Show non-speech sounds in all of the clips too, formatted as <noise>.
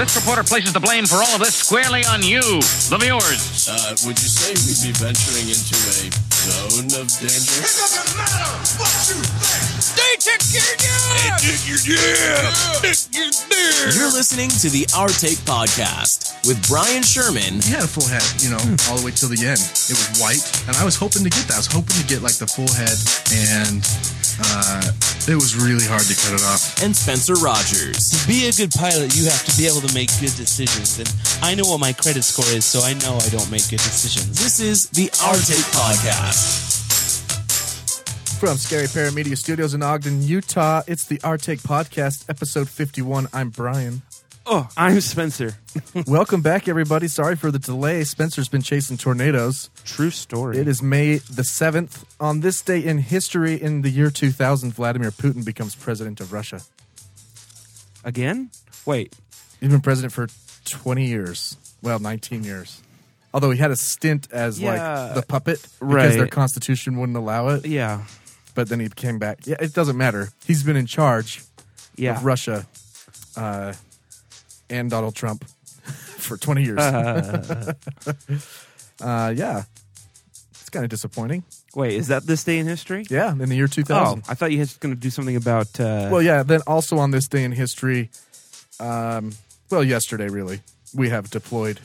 This reporter places the blame for all of this squarely on you, the viewers. Uh, would you say we'd be venturing into a zone of danger? It doesn't matter what you think. You're listening to the Our Take Podcast with Brian Sherman He had a full head, you know, all the way till the end. It was white, and I was hoping to get that. I was hoping to get like the full head, and uh, it was really hard to cut it off. and Spencer Rogers. To be a good pilot, you have to be able to make good decisions. And I know what my credit score is, so I know I don't make good decisions. This is the Our Take Podcast. From Scary Paramedia Studios in Ogden, Utah, it's the Our Take Podcast, episode 51. I'm Brian. Oh, I'm Spencer. <laughs> Welcome back, everybody. Sorry for the delay. Spencer's been chasing tornadoes. True story. It is May the 7th. On this day in history, in the year 2000, Vladimir Putin becomes president of Russia. again. Wait, He's been president for 20 years. Well, 19 years. Although he had a stint as Yeah. like the puppet because Right. their constitution wouldn't allow it, yeah, but then he came back. Yeah, it doesn't matter. He's been in charge yeah. of Russia uh, and Donald Trump <laughs> for 20 years. Uh, <laughs> Uh, yeah. It's kind of disappointing. wait, is that this day in history? Yeah, in the year Oh, 2000. I thought you was going to do something about. Uh, Well, yeah, then also on this day in history, um, well, yesterday really, we have deployed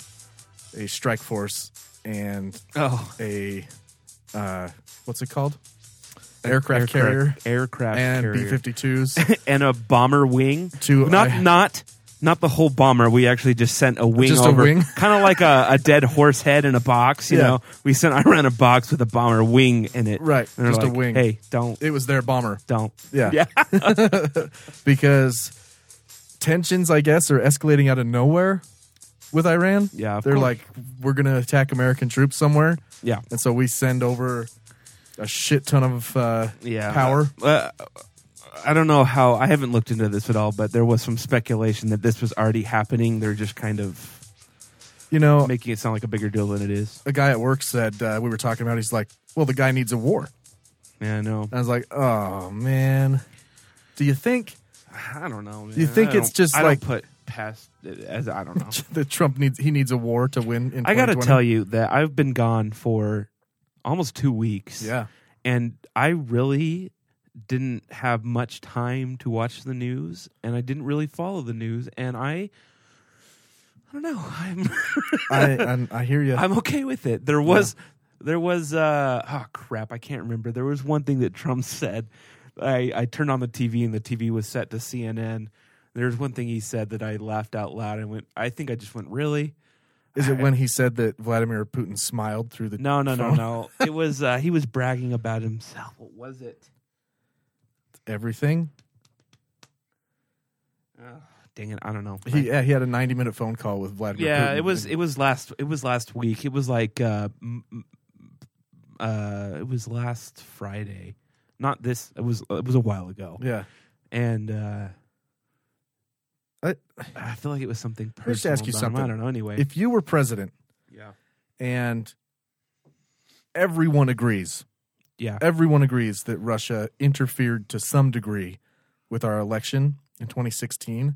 a strike force and oh, a, uh, what's it called? Aircraft, carrier aircraft and carrier, <laughs> B-52s. and a bomber wing. To- not I- not not the whole bomber. We actually just sent a wing Just a over, wing? kind of like a, a dead horse head in a box. You Yeah. know, we sent Iran a box with a bomber wing in it. Right, And they're just a like, wing. Hey, don't it was their bomber. don't. Yeah. <laughs> because tensions, I guess, are escalating out of nowhere with Iran. Yeah, of they're course. like, we're gonna attack American troops somewhere, yeah. and so we send over a shit ton of uh, yeah power. Uh, I don't know how. I haven't looked into this at all, but there was some speculation that this was already happening. They're just kind of You know, making it sound like a bigger deal than it is. a guy at work said uh, we were talking about. He's like, well, the guy needs a war. Yeah, I know. And I was like, oh man, do you think <laughs> I don't know. Man. You think I don't- it's just I like- don't put past it as I don't know. <laughs> that Trump needs he needs a war to win? In I got to 2020? tell you that I've been gone for almost two weeks. yeah, and I really didn't have much time to watch the news, and I didn't really follow the news, and I. I don't know. <laughs> I'm I I'm, I hear <laughs> you. I'm okay with it. There was there was uh oh crap, I can't remember. There was one thing that Trump <laughs> said. I I turned on the TV and the TV was set to CNN. There was one thing he said that I laughed out loud and went I think I just went really? Is it when he said that Vladimir Putin smiled through the No, no, no, phone? no. it was uh he was bragging about himself. What was it? everything? Dang it, I don't know. He yeah, he had a 90 minute phone call with Vladimir. yeah, Putin. it was it was last it was last week. It was like uh m- m- uh it was last Friday. Not this it was it was a while ago. yeah. and uh, I- I, feel like it was something personal. me just ask you about him. something. I don't know. Anyway, If you were president, Yeah. and everyone agrees, yeah, everyone agrees that Russia interfered to some degree with our election in 2016,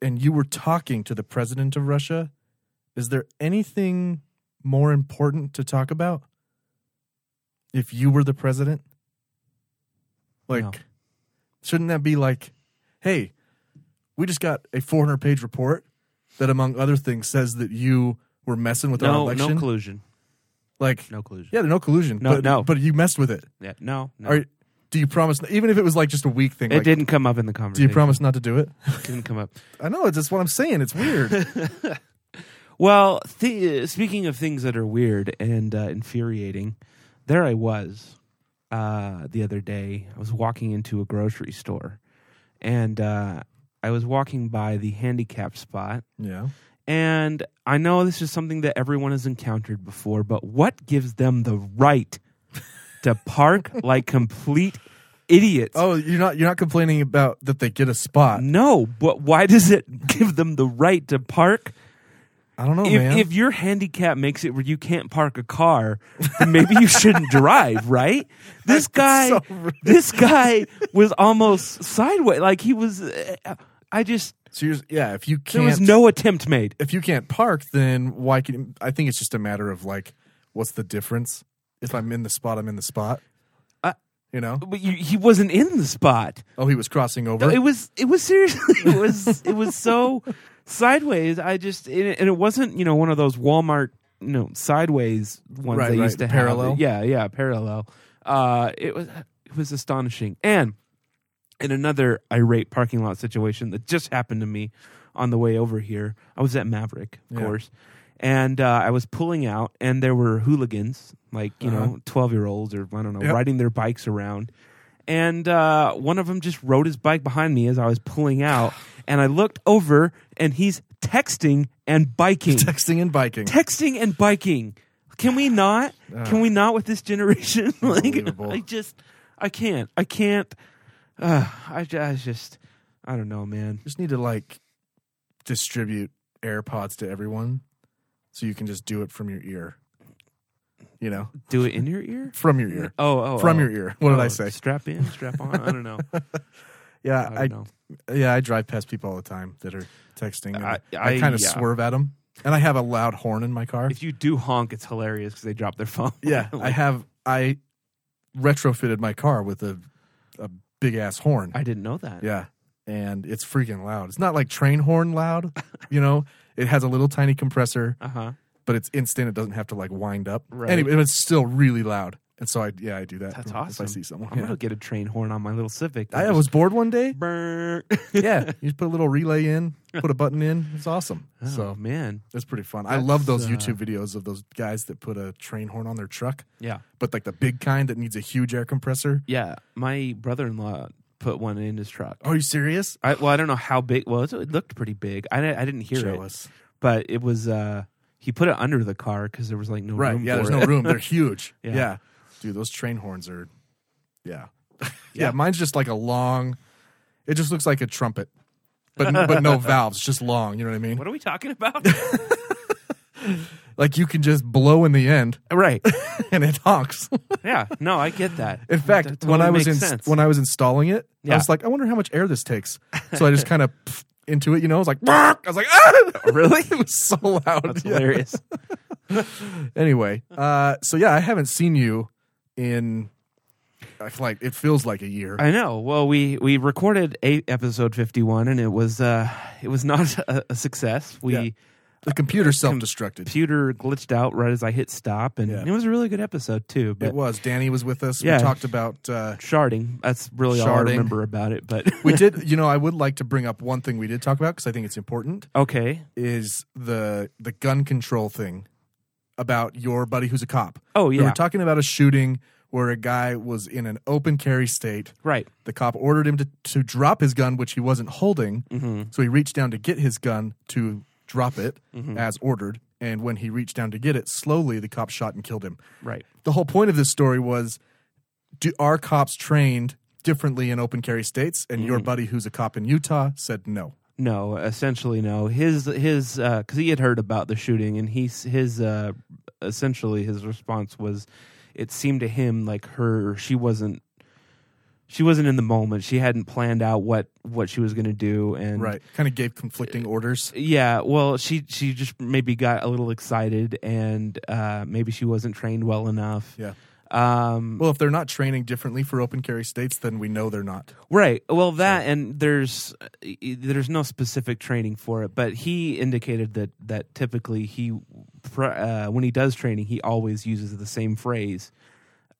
and you were talking to the president of Russia, is there anything more important to talk about? If you were the president, like, No. shouldn't that be like, hey, we just got a 400 page report that, among other things, says that you were messing with our no, election? no collusion, like, no collusion. yeah, no collusion. No, but, no. But you messed with it. Yeah, no, no. Are, do you promise? Even if it was like just a week thing, it like, didn't come up in the Do conversation. you promise not to do it? It didn't come up. I know that's what I'm saying. It's <laughs> weird. Well, th- uh, speaking of things that are weird and uh, infuriating, there I was uh, the other day. I was walking into a grocery store, and uh, I was walking by the handicapped spot, yeah. And I know this is something that everyone has encountered before, but what gives them the right to park like complete idiots? Oh, you're not you're not complaining about that they get a spot. No, but why does it give them the right to park? I don't know, if, Oh, man. if your handicap makes it where you can't park a car, then maybe you shouldn't <laughs> drive, right? This guy, so rude. this guy was almost sideways. Like he was. uh, I just So you're, yeah, if you can't, There was no attempt made. if you can't park, then why can? I think it's just a matter of like, what's the difference? If I'm in the spot, I'm in the spot. I- you know. But you, he wasn't in the spot. Oh, he was crossing over. No, it was it <laughs> was seriously it was it was so sideways. I just it, and it wasn't you know one of those Walmart you know sideways ones Right, they right, used to parallel. have. Yeah, yeah, parallel. Uh, it was it was astonishing. And in another irate parking lot situation that just happened to me on the way over here, I was at Maverick, of Yeah. course. And uh, I was pulling out, and there were hooligans, like you know, twelve-year-olds or I don't know, Uh-huh. Yep. riding their bikes around and uh, one of them just rode his bike behind me as I was pulling out, and I looked over, and he's texting <laughs> and biking, texting and biking. texting and biking. Can <sighs> we not? Can we not with this generation? <laughs> like, Unbelievable. I just, I can't, I can't. Uh, I, ju- I just, I don't know, man. just need to like distribute AirPods to everyone, so you can just do it from your ear. You know, Do it in your ear. from your ear, Oh, oh, from oh. your ear. What did I Oh, say? Strap in, strap on. I <laughs> don't know. Yeah, I don't I, know. yeah, I drive past people all the time that are texting. and I- I, I- kind of yeah. swerve at them, and I have a loud horn in my <laughs> car. If you do honk, it's hilarious because they drop their phone. yeah, I Like, have. I retrofitted my car with a a big ass horn. <laughs> I didn't know that. yeah, and it's freaking loud. It's not like train horn loud. you know, it has a little tiny compressor. Uh huh. but it's instant. It doesn't have to like wind up. Right. Anyway, but it's still really loud. And so I yeah I do that. That's if awesome. I see someone, I'm Yeah. gonna get a train horn on my little Civic. I <laughs> was bored one day. burn. <laughs> yeah, you just put a little relay in, put a button in. It's awesome. so so man, that's pretty fun. I love those Oh, uh, YouTube videos of those guys that put a train horn on their truck, yeah, but like the big kind that needs a huge air compressor. yeah. My brother-in-law put one in his truck. Are you serious? I, well, I don't know how big. Well, it, it looked pretty big. I, I didn't hear it, Jealous. but it was. uh He put it under the car because there was like no Right. room. yeah. for There's no it. room. They're huge. Yeah. <laughs> yeah. Dude, those train horns are. Yeah. yeah. Mine's just like a long. It just looks like a trumpet, but but no valves. Just long. You know what I mean? What are we talking about? Like you can just blow in the end, <laughs> right. and it honks. Yeah. No, I get that. In fact, That when totally I was in, makes sense. when I was installing it, Yeah. I was like, I wonder how much air this takes. So I just kind of into it. You know, I was like, "Bark!" I was like, ah! Really? <laughs> it was so loud. <laughs> that's Yeah. hilarious. Anyway, uh, so yeah, I haven't seen you in I feel like it feels like a year. I know. Well, we we recorded eight episode fifty one, and it was uh it was not <laughs> a, a success. We. Yeah. The computer self-destructed. computer glitched out right as I hit stop, and Yeah. it was a really good episode too. But It was. Danny was with us. Yeah. We talked about. Uh, sharding, that's really all I Sharding. remember about it. But we did. You know, I would like to bring up one thing we did talk about because I think it's important. <laughs> okay. Is the the gun control thing about your buddy who's a cop? Oh We yeah, were talking about a shooting where a guy was in an open carry state. right. The cop ordered him to, to drop his gun, which he wasn't holding. Mm-hmm. So he reached down to get his gun to drop it Mm-hmm. as ordered. And when he reached down to get it, slowly the cop shot and killed him. Right. The whole point of this story was do, are cops trained differently in open carry states? And Mm. your buddy, who's a cop in Utah, said no. No, essentially no. His his because he had heard about the shooting, and he's his uh essentially his response was, it seemed to him like her she wasn't. She wasn't in the moment. She hadn't planned out what, what she was going to do, and Right. Kind of gave conflicting orders. Yeah, well, she she just maybe got a little excited, and uh, maybe she wasn't trained well enough. Yeah. Um, Well, if they're not training differently for open carry states, then we know they're not. right. Well, that and there's uh, e, there's no specific training for it, but he indicated that that typically he pr- uh, when he does training, he always uses the same phrase,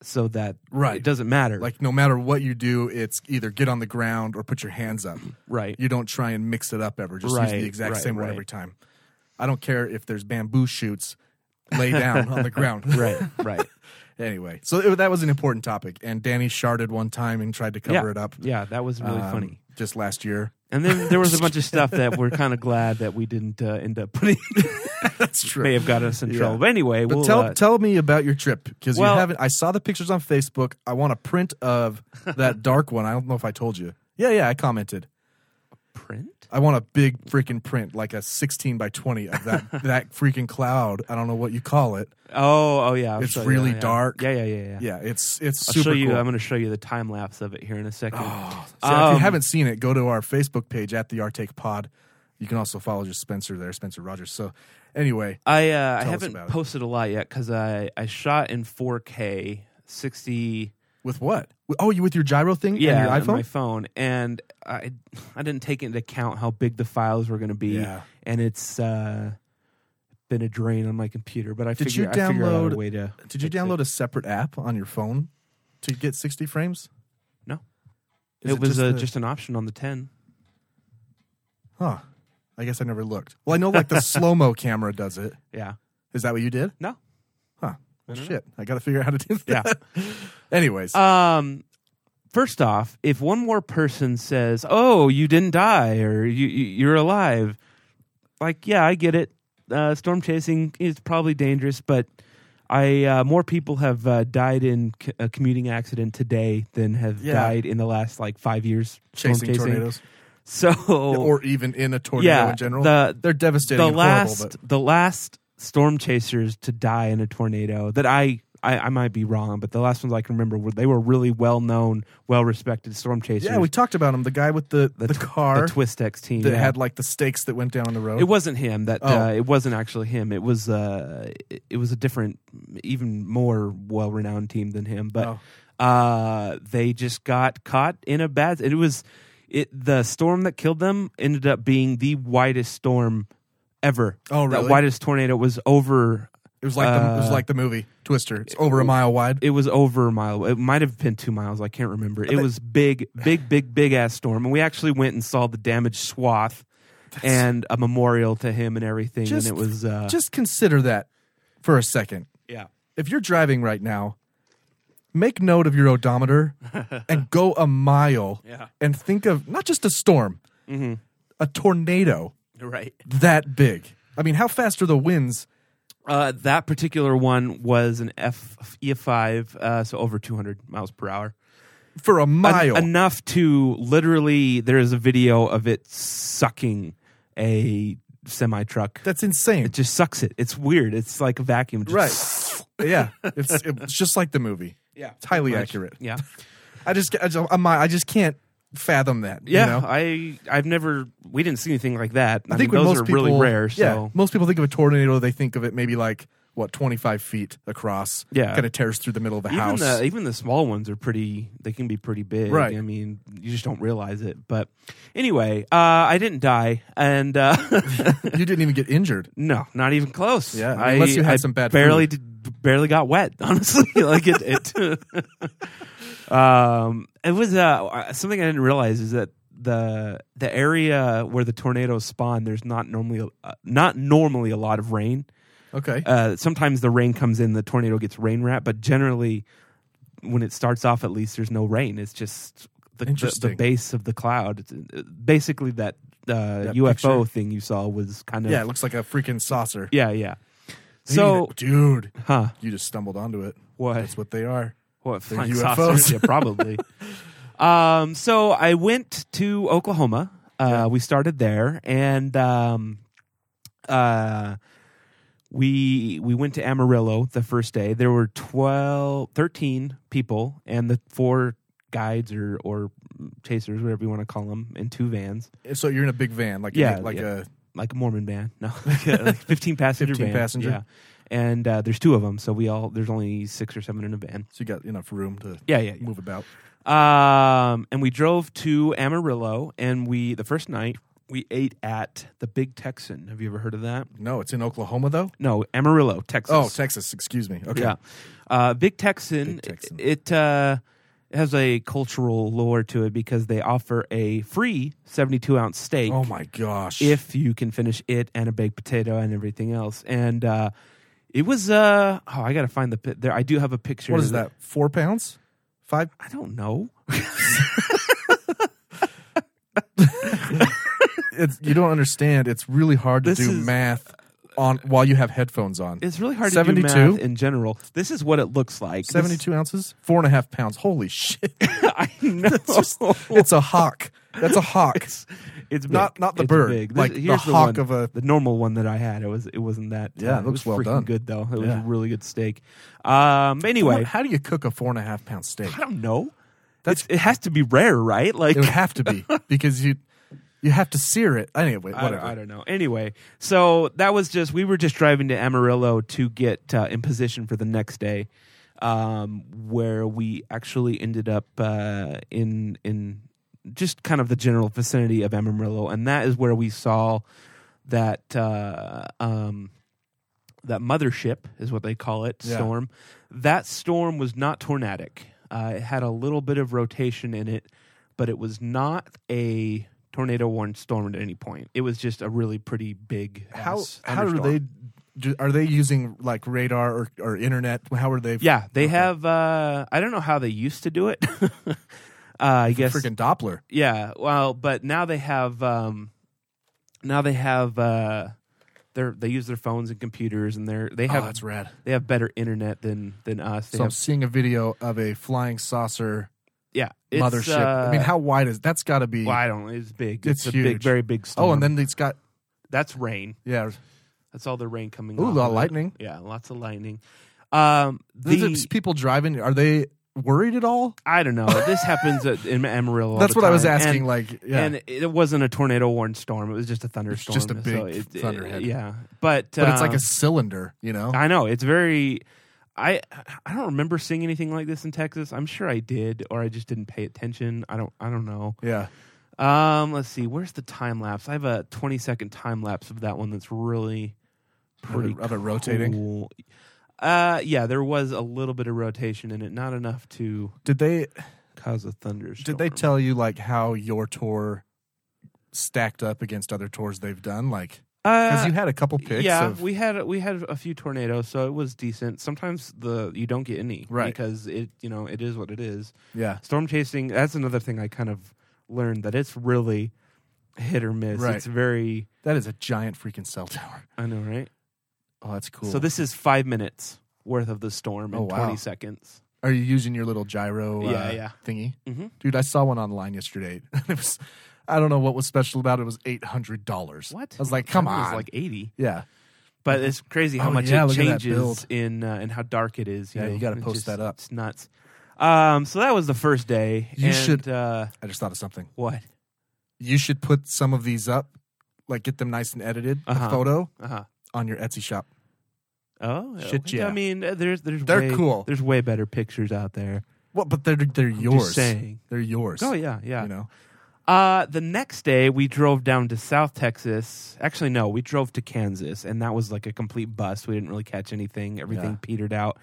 so that Right. it doesn't matter. Like no matter what you do, it's either get on the ground or put your hands up. right. You don't try and mix it up ever. Just Right, use the exact right, same one right. every time. I don't care if there's bamboo shoots. Lay down on the ground. <laughs> right. Right. anyway, so it, that was an important topic, and Danny sharded one time and tried to cover yeah. it up. Yeah, that was really um, funny. Just last year. <laughs> And then there was a bunch of stuff that we're kind of glad that we didn't uh, end up <laughs> putting. That's true. may have got us in Yeah. trouble. But anyway, But we'll tell uh, tell me about your trip because Well- you haven't. I saw the pictures on Facebook. <laughs> I want a print of that dark one. I don't know if I told you. Yeah, yeah, I commented. print? I want a big freaking print, like a 16 by 20 of <laughs> that that freaking cloud. I don't know what you call it. Oh, oh yeah. I'll It's show you. really Yeah, yeah. dark. Yeah, yeah, yeah, yeah. Yeah, it's it's I'll super show you. cool. <sighs> I'm going to show you the time lapse of it here in a second. So if Um, you haven't seen it, go to our Facebook page at the Artake Pod. You can also follow just Spencer there, Spencer Rogers. So anyway, I uh, I Tell us haven't about it. posted a lot yet because I I shot in 4K 60. with what? With- Oh, you with your gyro thing? Yeah, and on your iPhone. my phone, and I I didn't take into account how big the files were going to be, Yeah. and it's uh, been a drain on my computer. But I Did figure you I figure out download- a way to. Did you fix it. download a separate app on your phone to get 60 frames? No. Is It, was just uh, the- just an option on the 10. huh. I guess I never looked. Well, I know like <laughs> the slow mo camera does it. Yeah. Is that what you did? No. Huh. Well, don't know. shit. I got to figure out how to do that. <laughs> Anyways, Um, first off, if one more person says, "Oh, you didn't die," or you, you you're alive, like yeah, I get it. Uh, storm chasing is probably dangerous, but I uh, more people have uh, died in c- a commuting accident today than have Yeah. died in the last like five years storm chasing, tornadoes, <laughs> So or even in a tornado Yeah, in general, the- they're devastating. the and last horrible, the last storm chasers to die in a tornado that I, I I might be wrong, but the last ones I can remember were they were really well known, well respected storm but, chasers. yeah, we talked about him. The guy with the the, tw- car the Twist X team that yeah. had like the stakes that went down the road. it wasn't him that Oh. uh, it wasn't actually him. It was uh it, it was a different, even more well renowned team than him, but. Oh. Uh, they just got caught in a bad. It was, it the storm that killed them ended up being the widest storm ever. Oh, The really? widest tornado was over It was like the, it was Uh, like the movie Twister. It's over a mile wide. it was over a mile. It might have been two miles. I can't remember. It was big, big, big, big ass storm, and we actually went and saw the damaged swath and a memorial to him and everything. Just- and it was uh, Just consider that for a second. yeah, If you're driving right now, make note of your <laughs> odometer and go a mile Yeah. Mm-hmm. and think of not just a storm, a tornado right. that big. I mean, how fast are the winds? Uh, that particular one was an F E five, uh, so over two hundred miles per hour. For a mile. En- enough to literally, there is a video of it sucking a semi truck. That's insane. It just sucks it. It's weird. It's like a vacuum. Just right. <laughs> yeah. It's, it's just like the movie. Yeah. It's highly accurate. Yeah. I just, I just, I'm, I just can't fathom that. you Yeah, know? I I've never we didn't see anything like that. I, I think mean, when those most are people, really rare. So yeah, most people think of a tornado, they think of it maybe like what twenty five feet across. Yeah. kind of tears through the middle of a even house. the even the small ones are pretty. They can be pretty big. Right. I mean, you just don't realize it. But anyway, uh, I didn't die, and uh, <laughs> <laughs> you didn't even get injured. no, not even close. Yeah, I, unless you had I some bad barely did, barely got wet. <laughs> Honestly, like it. it <laughs> um, it was uh something I didn't realize is that the the area where the tornadoes spawn there's not normally uh, not normally a lot of rain Okay, uh, sometimes the rain comes in, the tornado gets rain wrapped, but generally, when it starts off, at least there's no rain. It's just the, the, the Interesting. base of the cloud. It's, uh, basically, that, uh, That UFO picture. thing you saw was kind of yeah, it looks like a freaking saucer. yeah, yeah. Hey, So, dude, huh? you just stumbled onto it. What? That's what they are. What They're flying UFOs. saucers? Yeah, probably. <laughs> um, so I went to Oklahoma. Uh, We started there, and um, uh, we we went to Amarillo the first day. There were 12, 13 people, and the four guides or or chasers, whatever you want to call them, in two vans, So you're in a big van, like Yeah, a, like uh, yeah. a like a Mormon van. No, <laughs> like a, like fifteen passenger 15 van. passenger. Yeah. And uh, there's two of them, so we all there's only six or seven in a van. so you got enough room to Yeah, yeah, yeah. move about. Um, and we drove to Amarillo, and we the first night we ate at the Big Texan. Have you ever heard of that? No, it's in Oklahoma though. No, Amarillo, Texas. Oh, Texas. Excuse me. Okay, yeah. Uh, Big Texan. Big Texan. It, it uh, has a cultural lore to it because they offer a free seventy-two ounce steak Oh my gosh. if you can finish it and a baked potato and everything else. And uh, it was uh, oh, I gotta find the pi- there. I do have a picture. what is of it. that? Four pounds? Five? I don't know. It's, you don't understand. It's really hard to This do is- uh, math on while you have headphones on. It's really hard to 72? do math in general. This is what it looks like. This- 72 ounces, four and a <laughs> half pounds. Holy shit. <laughs> I know. It's a hawk. That's a hawk. <laughs> It's, It's big. Not- not the It's bird, big. like the here's hawk one- of a- the normal one that I had. It was it wasn't that. uh, Yeah, it it looks well was freaking done. Good though. It was Yeah. a really good steak. Um. Anyway, how do you cook a four and a half pound steak? I don't know. That's- That's it has to be rare, right? Like It would have to <laughs> be because you you have to sear it. Anyway, I don't, whatever. I don't know. Anyway, so that was just we were just driving to Amarillo to get uh, in position for the next day, um, where we actually ended up uh, in in just kind of the general vicinity of Amarillo, and that is where we saw that uh, um, that mothership is what they call it Yeah. storm. That storm was not tornadic. Uh, it had a little bit of rotation in it, but it was not a tornado warned storm at any point. It was just a really pretty big. How ass how do thunderstorm. they do, are they using like radar or, or internet? How are they? Yeah, they have. Uh, I don't know how they used to do it. <laughs> uh, I guess freaking Doppler. Yeah, well, but now they have um now they have uh they they use their phones and computers and they're they have Oh, that's rad. they have better internet than than us. Oh, They So I'm have, seeing a video of a flying saucer yeah, it's, mothership. uh, I mean, how wide is that's got to be? well, I don't. It's big. It's It's, a big, huge. very big storm. Oh, and then it's got that's rain. yeah. That's all the rain coming. Ooh, off lot of of it. lightning. Yeah, lots of lightning. Um, These the, people driving are they worried at all? I don't know. This happens at, in Amarillo. all That's the what I was time, asking. and- like, yeah, And it wasn't a tornado warned storm. It was just a thunderstorm. just a so big it- it- thunderhead. Yeah, but but it's like um, a cylinder, you know. I know it's very. I I don't remember seeing anything like this in Texas. I'm sure I did, or I just didn't pay attention. I don't. I don't know. yeah, Um, let's see. Where's the time lapse? I have a 20 second time lapse of that one. That's really pretty. Of it- of it rotating? cool. Uh, yeah. There was a little bit of rotation in it, not enough to did they cause a did thunderstorm. they tell you like how your tour stacked up against other tours they've done? Like, because Uh, you had a couple picks. yeah, of, we had we had a few tornadoes, so it was decent. Sometimes the you don't get any Right. because it you know it is what it is. yeah. storm chasing that's another thing i kind of learned that it's really hit or miss Right. it's very That is a giant freaking cell tower. i know right Oh, that's cool. so this is five minutes worth of the storm in Oh, wow. 20 seconds Are you using your little gyro uh, Yeah, yeah. thingy? Mhm. Dude, I saw one online yesterday. <laughs> it was I don't know what was special about it. It was eight hundred dollars. what I was like, come That on. was like 80 yeah. but it's crazy how Oh, much yeah, it look at that changes build. in uh, and how dark it is Yeah, know, you gotta it's post just- that up. it's nuts um so that was the first day You and, should- uh I just thought of something. what You should put some of these up, like get them nice and edited, Uh-huh. a photo uh-huh on your Etsy shop. Oh Shit, I yeah. mean, uh, there's there's They're way- cool. There's way better pictures out there. Well, but they're they're yours. saying. They're yours. Oh yeah, yeah. You know? Uh, the next day, we drove down to South Texas. Actually, no, we drove to Kansas, and that was like a complete bust. We didn't really catch anything, everything petered out.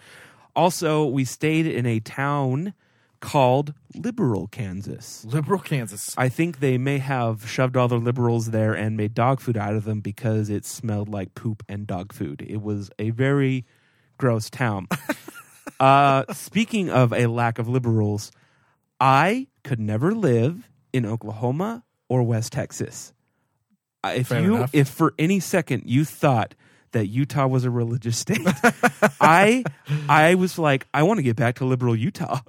Also, we stayed in a town called Liberal, Kansas. Liberal Kansas. I think they may have shoved all the liberals there and made dog food out of them because it smelled like poop and dog food. It was a very gross <laughs> town. uh, speaking of a lack of liberals, I could never live in Oklahoma or West Texas. Uh, If Fair you, enough. if for any second you thought that Utah was a <laughs> religious state, I, I was like, I want to get back to liberal Utah.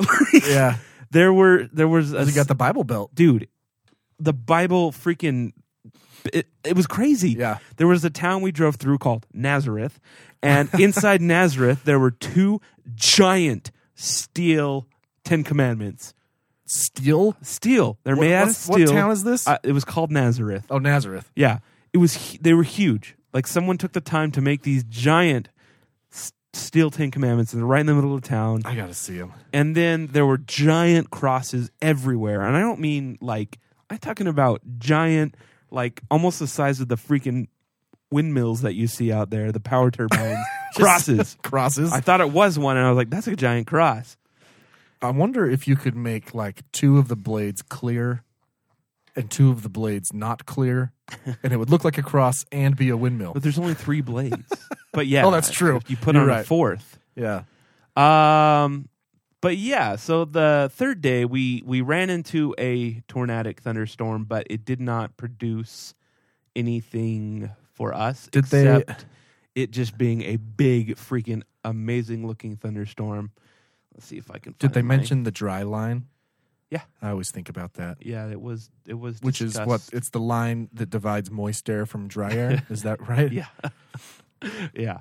yeah. <laughs> There were there was a You got the Bible Belt. dude, the Bible freaking it, it was crazy. Yeah. There was a town we drove through called Nazareth, <laughs> and inside Nazareth there were two giant steel Ten Commandments. Steel. Steel. They're made out of what's- what steel. town is this? Uh, it was called Nazareth. Oh, Nazareth. Yeah. It was hu- they were huge. Like someone took the time to make these giant s- steel Ten Commandments and they're right in the middle of town I gotta see him. and then there were giant crosses everywhere and i don't mean like i'm talking about giant like almost the size of the freaking windmills that you see out there the <laughs> power turbines crosses Crosses. i thought it was one and i was like that's a giant cross I wonder if you could make like two of the blades clear and two of the blades not <laughs> clear, and it would look like a cross and be a windmill. but there's only three blades but yeah <laughs> Oh, that's true. if you put You're on a right. fourth Yeah. Um, but yeah, so the third day we we ran into a tornadic thunderstorm, but it did not produce anything for us Did they- except it just being a big freaking amazing looking thunderstorm. Let's see if I can. Did they find my- mention the dry line? Yeah. I always think about that. Yeah, it was it was Which is what discussed. it's the line that divides moist air from dry <laughs> air. is that right? Yeah. yeah.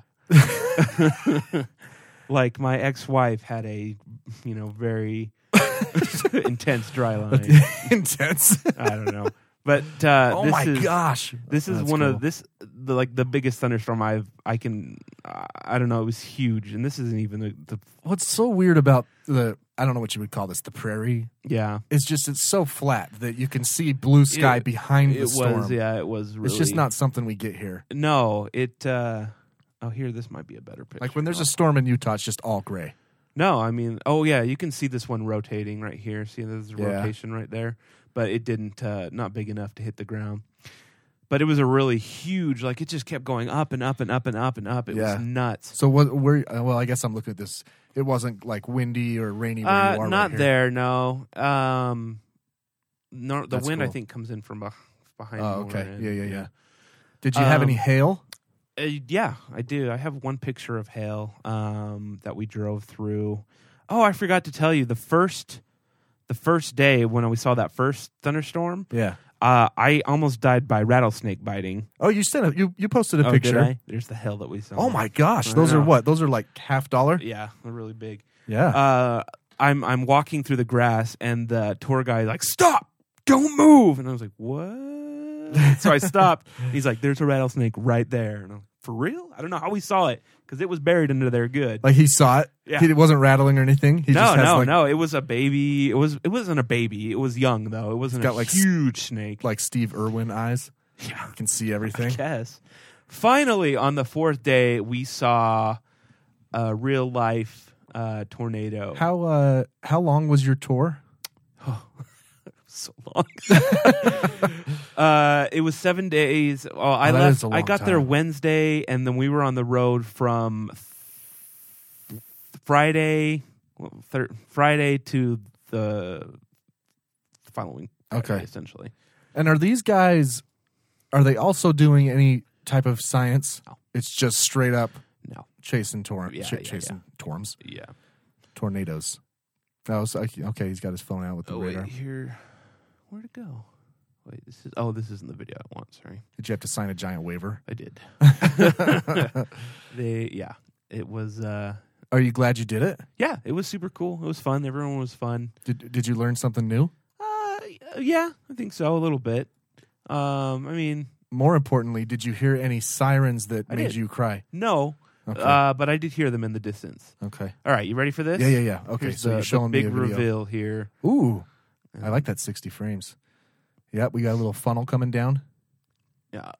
<laughs> <laughs> like my ex-wife had a, you know, <laughs> very <laughs> intense dry line. <laughs> Intense. I don't know. But uh <laughs> oh this my is, gosh. This is That's one cool. of this the like the biggest thunderstorm I've I can I I don't know, it was huge and this isn't even the, the What's so weird about the I don't know what you would call this, the prairie. yeah. It's just it's so flat that you can see blue sky behind the it storm. was yeah, it was really It's just not something we get here. No, it uh oh here this might be a better picture. Like when there's a storm in Utah, it's just all gray. No, I mean, oh yeah, you can see this one rotating right here. See, there's a Yeah. rotation right there, but it didn't, uh, not big enough to hit the ground. But it was a really huge, like it just kept going up and up and up and up and up. It Yeah. was nuts. So what? Where? uh, Well, I guess I'm looking at this. It wasn't like windy or rainy. Where you are Uh, right not here. there, no. Um, no, the That's wind I cool. think comes in from beh- behind. Oh, where okay. we're in. Yeah, yeah, yeah. Did you have any Um, hail? Uh, yeah, I do. I have one picture of hail um, that we drove through. Oh, I forgot to tell you the first, the first day when we saw that first thunderstorm. Yeah. Uh, I almost died by rattlesnake biting. Oh, you sent a you you posted a Oh, did picture. I? There's the hail that we saw. Oh my gosh, I those are know. what? Those are like half dollar. Yeah, they're really big. Yeah. Uh, I'm I'm walking through the grass and the tour guy like stop, don't move, and I was like what? so I <laughs> stopped. He's like, there's a rattlesnake right there, and I'm like, for real? I don't know how we saw it because it was buried under there good. like he saw it. Yeah. He, it wasn't rattling or anything. He no, just has no, like, no. It was a baby. It was. It wasn't a baby. It was young though. It wasn't got, a like, s- huge snake. like Steve Irwin eyes. Yeah. Can see everything. Yes. Finally, on the fourth day, we saw a real life uh, tornado. How uh how long was your tour? so long? <laughs> uh, it was seven days. Oh, I Oh, that left. is a I long got there time. Wednesday, and then we were on the road from th- Friday, well, thir- Friday to the following. Friday, Okay. essentially. And are these guys are they also doing any type of science? No. It's just straight up No. chasing tor- Yeah, ch- yeah, chasing torms, Yeah. tornadoes. Oh, so, okay, he's got his phone out with the Oh radar. wait, here. Where'd it go? Wait, this is. Oh, this isn't the video I want. Sorry. Did you have to sign a giant waiver? I did. <laughs> they yeah, it was uh Are you glad you did it? yeah, it was super cool. It was fun. Everyone was fun. Did Did you learn something new? Uh yeah, I think so a little bit. Um I mean, More importantly, did you hear any sirens that I made did. you cry? no. Okay. Uh but I did hear them in the distance. Okay. All right, you ready for this? Yeah, yeah, yeah. Okay, Here's so the, you're the showing me big a video. reveal here. Ooh, I like that 60 frames. Yep, we got a little funnel coming down, Yeah.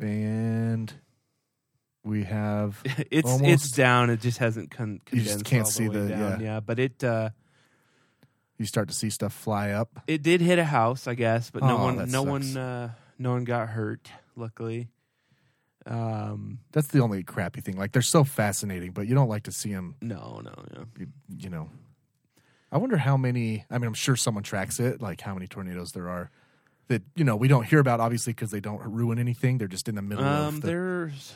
and we <laughs> have it's it's Almost. down. It just hasn't con- condensed. You just can't all the see way the- down. yeah. yeah, but it uh you start to see stuff fly up. It did hit a house, I guess, but no Aw, one, that no sucks. one, uh, no one got hurt. Luckily, um, That's the only crappy thing. Like they're so fascinating, but you don't like to see them. no, no, no. You, you know, I wonder how many. I mean, I'm sure someone tracks it, like how many tornadoes there are. That you know we don't hear about obviously because they don't ruin anything. They're just in the middle Um, of the there's,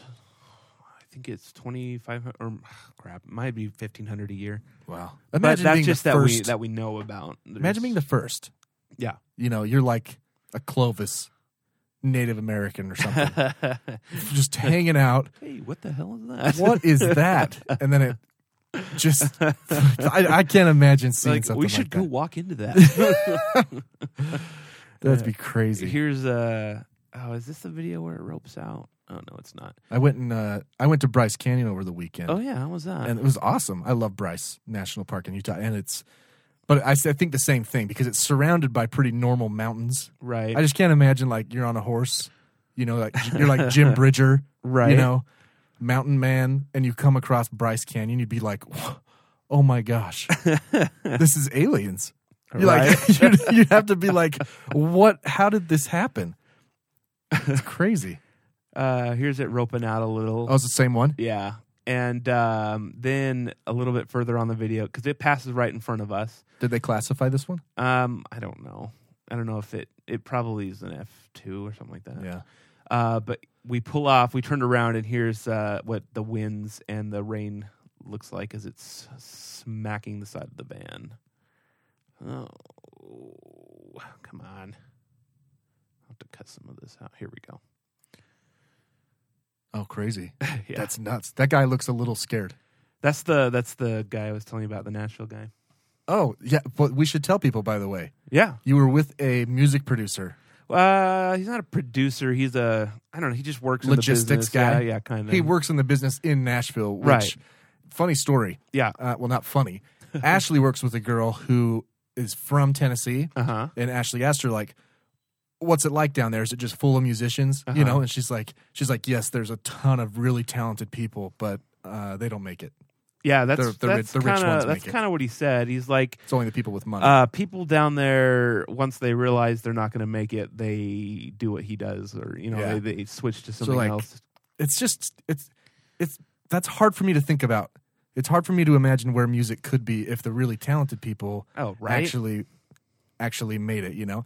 I think it's twenty five hundred or crap, might be fifteen hundred a year. wow. but that's being the just that we first- that we know about. imagine being the first. Yeah. You know, you're like a Clovis Native American or something, <laughs> the just hanging out. <laughs> hey, what the hell is that? <laughs> What is that? And then it just <laughs> I, I can't imagine seeing like something we should like go that. walk into that. <laughs> <laughs> That'd be crazy. Here's uh oh, is this the video where it ropes out? Oh no, it's not. I went and uh, I went to Bryce Canyon over the weekend, Oh yeah, how was that? and it was awesome. I love Bryce National Park in Utah, and it's. But I, s- I think the same thing because it's surrounded by pretty normal mountains. right. I just can't imagine like you're on a horse, you know, like you're like <laughs> Jim Bridger, Right. You know, mountain man, and you come across Bryce Canyon, you'd be like, oh my <laughs> gosh, this is aliens. You're like, <laughs> you'd, you'd have to be like, what? How did this happen? <laughs> It's crazy. uh here's it roping out a little Oh, it's the same one. yeah and um then a little bit further on the video because it passes right in front of us Did they classify this one? um i don't know i don't know if it it probably is an f2 or something like that uh but we pull off we turned around and here's uh what the winds and the rain looks like as it's smacking the side of the van oh Oh, come on. I'll have to cut some of this out. Here we go. Oh, crazy. <laughs> Yeah. That's nuts. That guy looks a little scared. That's the that's the guy I was telling you about, the Nashville guy. Oh, yeah. But we should tell people, by the way, Yeah. you were with a music producer. Uh, he's not a producer. He's a I don't know. He just works in the Logistics business. guy? Yeah, yeah kind of. He works in the business in Nashville, which, Right. funny story. Yeah. Uh, well, not funny. Ashley works with a girl who is from Tennessee. Uh huh. And Ashley asked her, like, what's it like down there? Is it just full of musicians? You know? And she's like, she's like, yes, there's a ton of really talented people, but uh, they don't make it. Yeah, that's The- the ri- that's the rich kind ones of that's make it. kind of what he said. He's like, It's only the people with money. uh, people down there once they realize they're not going to make it, they do what he does, or you know, Yeah. they, they switch to something like, else. <laughs> it's just it's it's that's hard for me to think about. It's hard for me to imagine where music could be if the really talented people Oh, right. actually actually made it, you know.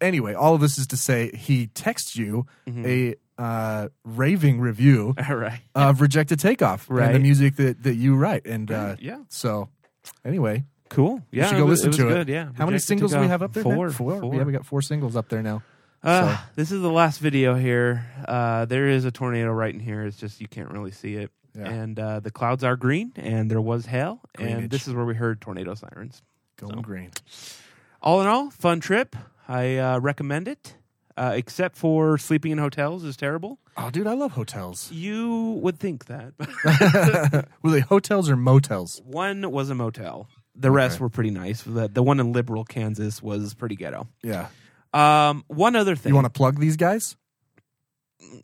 Anyway, all of this is to say he texts you Mm-hmm. a uh, raving <laughs> review All right. of Rejected Takeoff and the Right. music that, that you write. And uh, Yeah. so anyway, Cool. Yeah, you should it go was- listen was to good, it. Yeah. How many Rejected singles do we Takeoff. have up there? now? Four. four. Yeah, we got four singles up there now. Uh, This is the last video here. Uh, there is a tornado right in here. It's just you can't really see it. Yeah. And uh, the clouds are green, and there was hail, Greenage. and this is where we heard tornado sirens. Going green. All in all, fun trip. I uh, recommend it. Uh, except for sleeping in hotels is terrible. Oh, dude, I love hotels. You would think that. <laughs> Were they hotels or motels? one was a motel. The rest were pretty nice. The, the one in Liberal, Kansas, was pretty ghetto. Yeah. Um, one other thing. You want to plug these guys?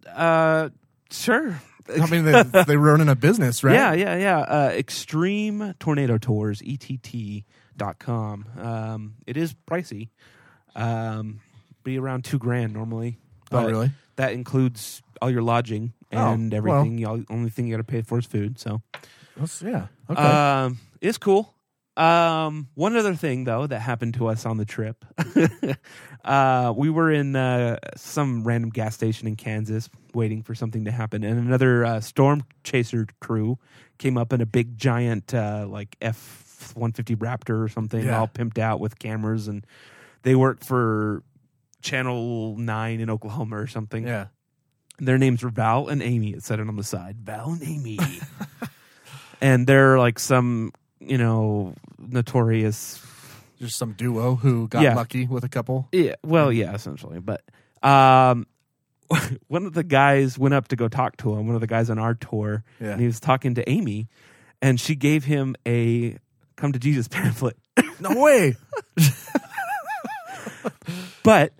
uh, sure. I mean, <laughs> they, they're running a business, right? Oh, Yeah, yeah, yeah. Uh, Extreme Tornado Tours, E ETT.com. Um, it is pricey. Um, be around two grand normally. Oh, but really? That includes all your lodging Oh, and everything. The only thing you got to pay for is food. So That's- yeah. Okay. um, it's cool. Um, one other thing though that happened to us on the trip, <laughs> uh, we were in uh, some random gas station in Kansas waiting for something to happen, and another uh, storm chaser crew came up in a big giant uh, like F one fifty Raptor or something, Yeah. all pimped out with cameras, and they work for Channel Nine in Oklahoma or something. yeah. Their names were Val and Amy. It said it on the side, Val and Amy. <laughs> and they're like some, you know, notorious. Just some duo who got Yeah. lucky with a <laughs> couple. Yeah, well, yeah, essentially. But um, <laughs> one of the guys went up to go talk to him. One of the guys on our tour, Yeah. and he was talking to Amy, and she gave him a "Come to Jesus" <laughs> pamphlet. No way. but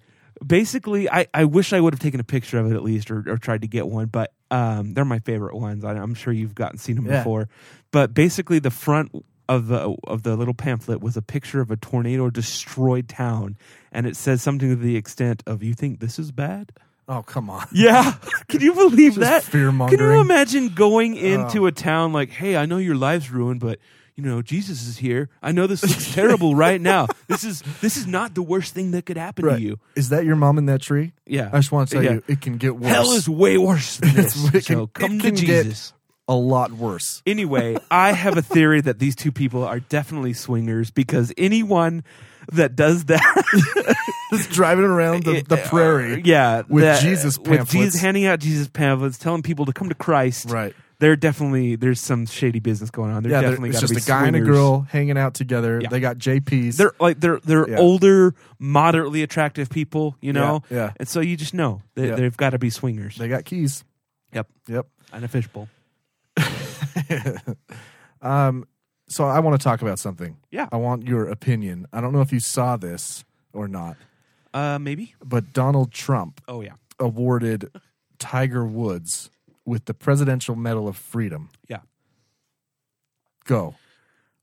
basically I, I wish i would have taken a picture of it at least or, or tried to get one but um, they're my favorite ones I, i'm sure you've gotten seen them Yeah. before but basically the front of the of the little pamphlet was a picture of a tornado destroyed town and it says something to the extent of you think this is bad Oh, come on. <laughs> yeah can you believe Just that fear-mongering. Oh. can you imagine going into a town like hey i know your life's ruined but you know jesus is here i know <laughs> this looks terrible right now this is this is not the worst thing that could happen to you Is that your mom in that tree? Yeah. I just want to tell Yeah. you, it can get worse. Hell is way worse than this. <laughs> It's- it so can- come it to can get- Jesus. a lot <laughs> worse. Anyway, I have a theory that these two people are definitely swingers because anyone that does <laughs> that, <laughs> Just driving around the, the prairie. yeah, With that- uh, Jesus with pamphlets. Jesus, handing out Jesus pamphlets, telling people to come to Christ, Right. They're definitely there's some shady business going on. They're Yeah, there- definitely it's gotta just be a guy and a swingers. girl hanging out together. Yeah. They got JPs. They're like they're they're Yeah. older, moderately attractive people, you know. yeah. And so you just know they, Yeah. they've got to be swingers. they got keys. yep, Yep. and a fishbowl. So I want to talk about something. Yeah. I want your opinion. I don't know if you saw this or not, Uh, maybe. but Donald Trump Oh yeah, awarded Tiger Woods with the Presidential Medal of Freedom. yeah. Go.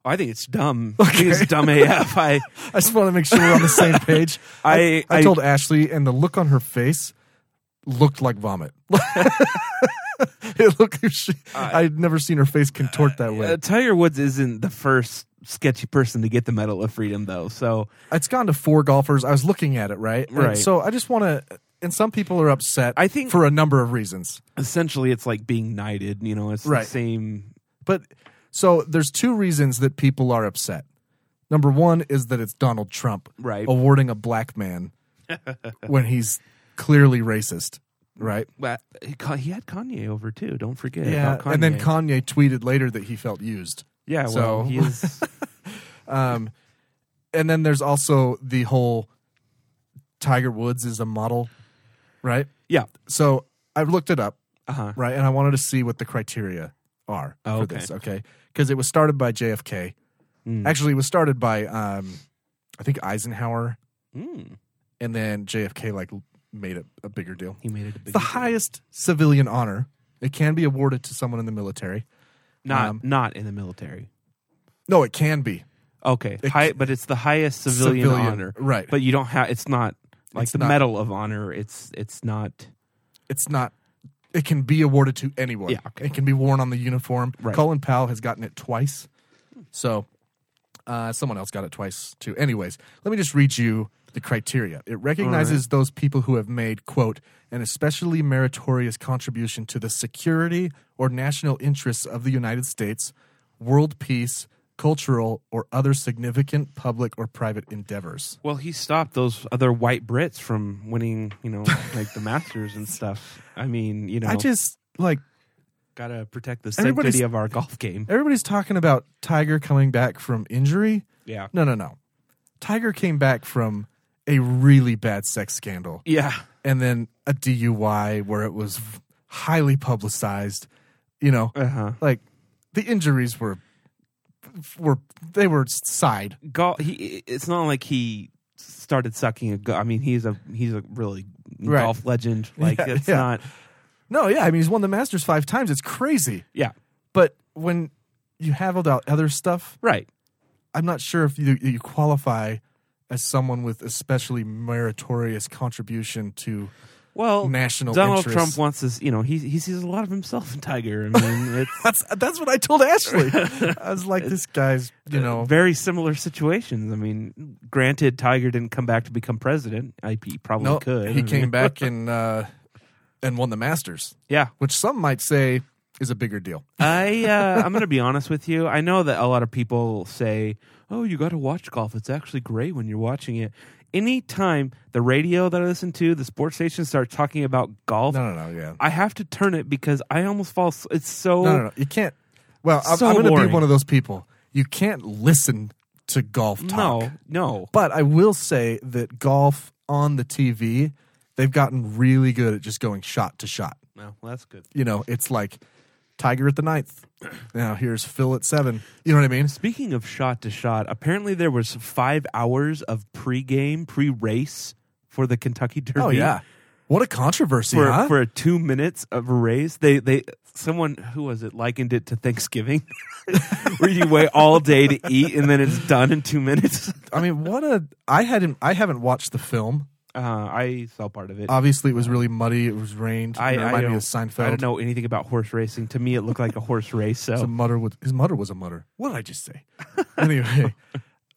I think it's <laughs> dumb. I think it's dumb AF. I uh, I just want to make sure we're on the <laughs> same page. I- I, I- told Ashley, and the look on her face looked like vomit. <laughs> it looked. like She, I'd never seen her face contort that way. uh, Tiger Woods isn't the first sketchy person to get the Medal of Freedom, though. So it's gone to four golfers. I was looking at it, right? And Right. so I just want to. And some people are upset. I think- for a number of reasons. essentially, it's like being knighted. You know, it's Right. the same. But so there's two reasons that people are upset. Number one is that it's Donald Trump Right. awarding a black <laughs> man when he's clearly racist, right? Well, he, ca- he had Kanye over too. Don't forget. Yeah, about and then Kanye Kanye. tweeted later that he felt used. yeah. Well, so- <laughs> he is. Um, and then there's also the whole Tiger Woods is a model, right? Yeah. So I looked it up, Uh huh. right, and I wanted to see what the criteria are Oh, for okay. this, okay? Because it was started by JFK. Mm. Actually, it was started by um, I think Eisenhower, Mm. and then JFK like made it a bigger deal. He made it a big It's the highest civilian honor. It can be awarded to someone in the military. not um, not in the military. No, it can be. Okay, It- high, but it's the highest civilian, Civilian, honor, right. But you don't have. It's not like It's the not- Medal of Honor. It's it's not. it's not it can be awarded to anyone. Yeah, okay. It can be worn on the uniform. Right. Colin Powell has gotten it twice. So uh, someone else got it twice too. Anyways, let me just read you the criteria. It recognizes those people who have made, quote, an especially meritorious contribution to the security or national interests of the United States, world peace, cultural, or other significant public or private endeavors. Well, he stopped those other white Brits from winning. You <laughs> know, like the Masters and stuff. I mean, you know, I just like gotta protect the Everybody's- sanctity of our golf game. everybody's talking about Tiger coming back from injury. Yeah. No, no, no. Tiger came back from a really bad sex scandal Yeah. and then a DUI where it was highly publicized. You know, Uh huh. like the injuries were were they were side. Golf. He. It's not like he started sucking a. Go- I mean, he's a he's a really Right. <laughs> golf legend. Like Yeah, it's yeah. not. No, yeah, I mean he's won the Masters 5 times. It's crazy. Yeah. But when you have all that other stuff, Right. I'm not sure if you you qualify as someone with especially meritorious contribution to Well, national Donald interests. Trump wants this. You know, he he sees a lot of himself in Tiger. I <laughs> mean, it's That's that's what I told <laughs> Ashley. I was like, this guy's, you know, Uh, very similar situations. I mean, granted, Tiger didn't come back to become president. I, he probably no, could. he <laughs> came back and uh, and won the Masters, Yeah, which some might say is a bigger deal. <laughs> I uh, I'm going to be honest with you. I know that a lot of people say, "Oh, you got to watch golf. It's actually great when you're watching it." Anytime the radio that I listen to, the sports station starts talking about golf, No, no, no, yeah, I have to turn it because I almost fall. s- It's so no, no, no. You can't. Well, I'm, So I'm going to boring. be one of those people. You can't listen to golf talk. no, no. But I will say that golf on the TV, they've gotten really good at just going shot to shot. No, well, that's good. You know, it's like Tiger at the ninth. Now here's Phil at seven. You know what I mean? Speaking of shot to shot, apparently there was five hours of pregame, pre-race for the Kentucky Derby. Oh yeah. What a controversy, for huh? for two minutes of a race, they they someone who was it likened it to Thanksgiving, <laughs> where you wait all day to eat and then it's done in two minutes. <laughs> I mean, what a I hadn't I haven't watched the film. Uh, I saw part of it. Obviously, it was really muddy. It was rained. I, it I reminded don't, Uh, me of Seinfeld. I don't know anything about horse racing. To me, it looked like a horse race. His So mutter was his mutter was a mutter. What did I just say? <laughs> <laughs> anyway,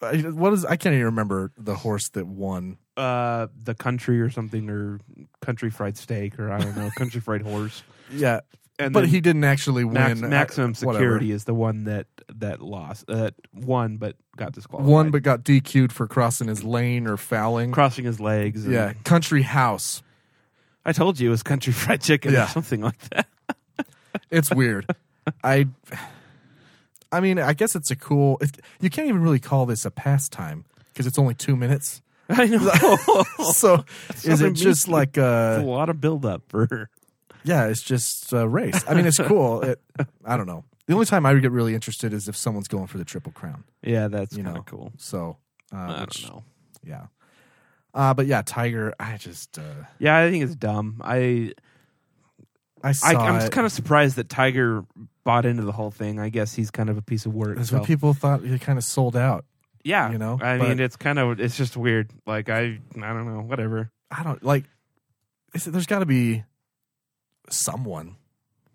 I- what is I can't even remember the horse that won. uh, the country or something or country fried steak or I don't know country <laughs> fried horse. Yeah, And but then he didn't actually Max, win. uh, maximum whatever. security is the one that that lost that won but got disqualified. One, but got DQ'd for crossing his lane or fouling. crossing his legs. and- yeah, Country House. I told you it was country <laughs> fried chicken Yeah. or something like that. <laughs> It's weird. I, I mean, I guess it's a cool. It, you can't even really call this a pastime because it's only two minutes. <laughs> I know. <laughs> so is Oh, what I it just mean. like a uh lot of buildup for yeah it's just a race i mean it's cool it, i don't know the only time i would get really interested is if someone's going for the triple crown Yeah, that's you kind know of cool. so uh, I which- don't know. yeah uh but yeah tiger i just uh Yeah, I think it's dumb. I, i saw I I'm it. just kind of surprised that Tiger bought into the whole thing. I guess he's kind of a piece of work. that's so- what people thought he kind of sold out yeah, you know, I but- mean, it's kind of it's just weird. Like I I don't know, whatever. i don't like is it- there's got to be someone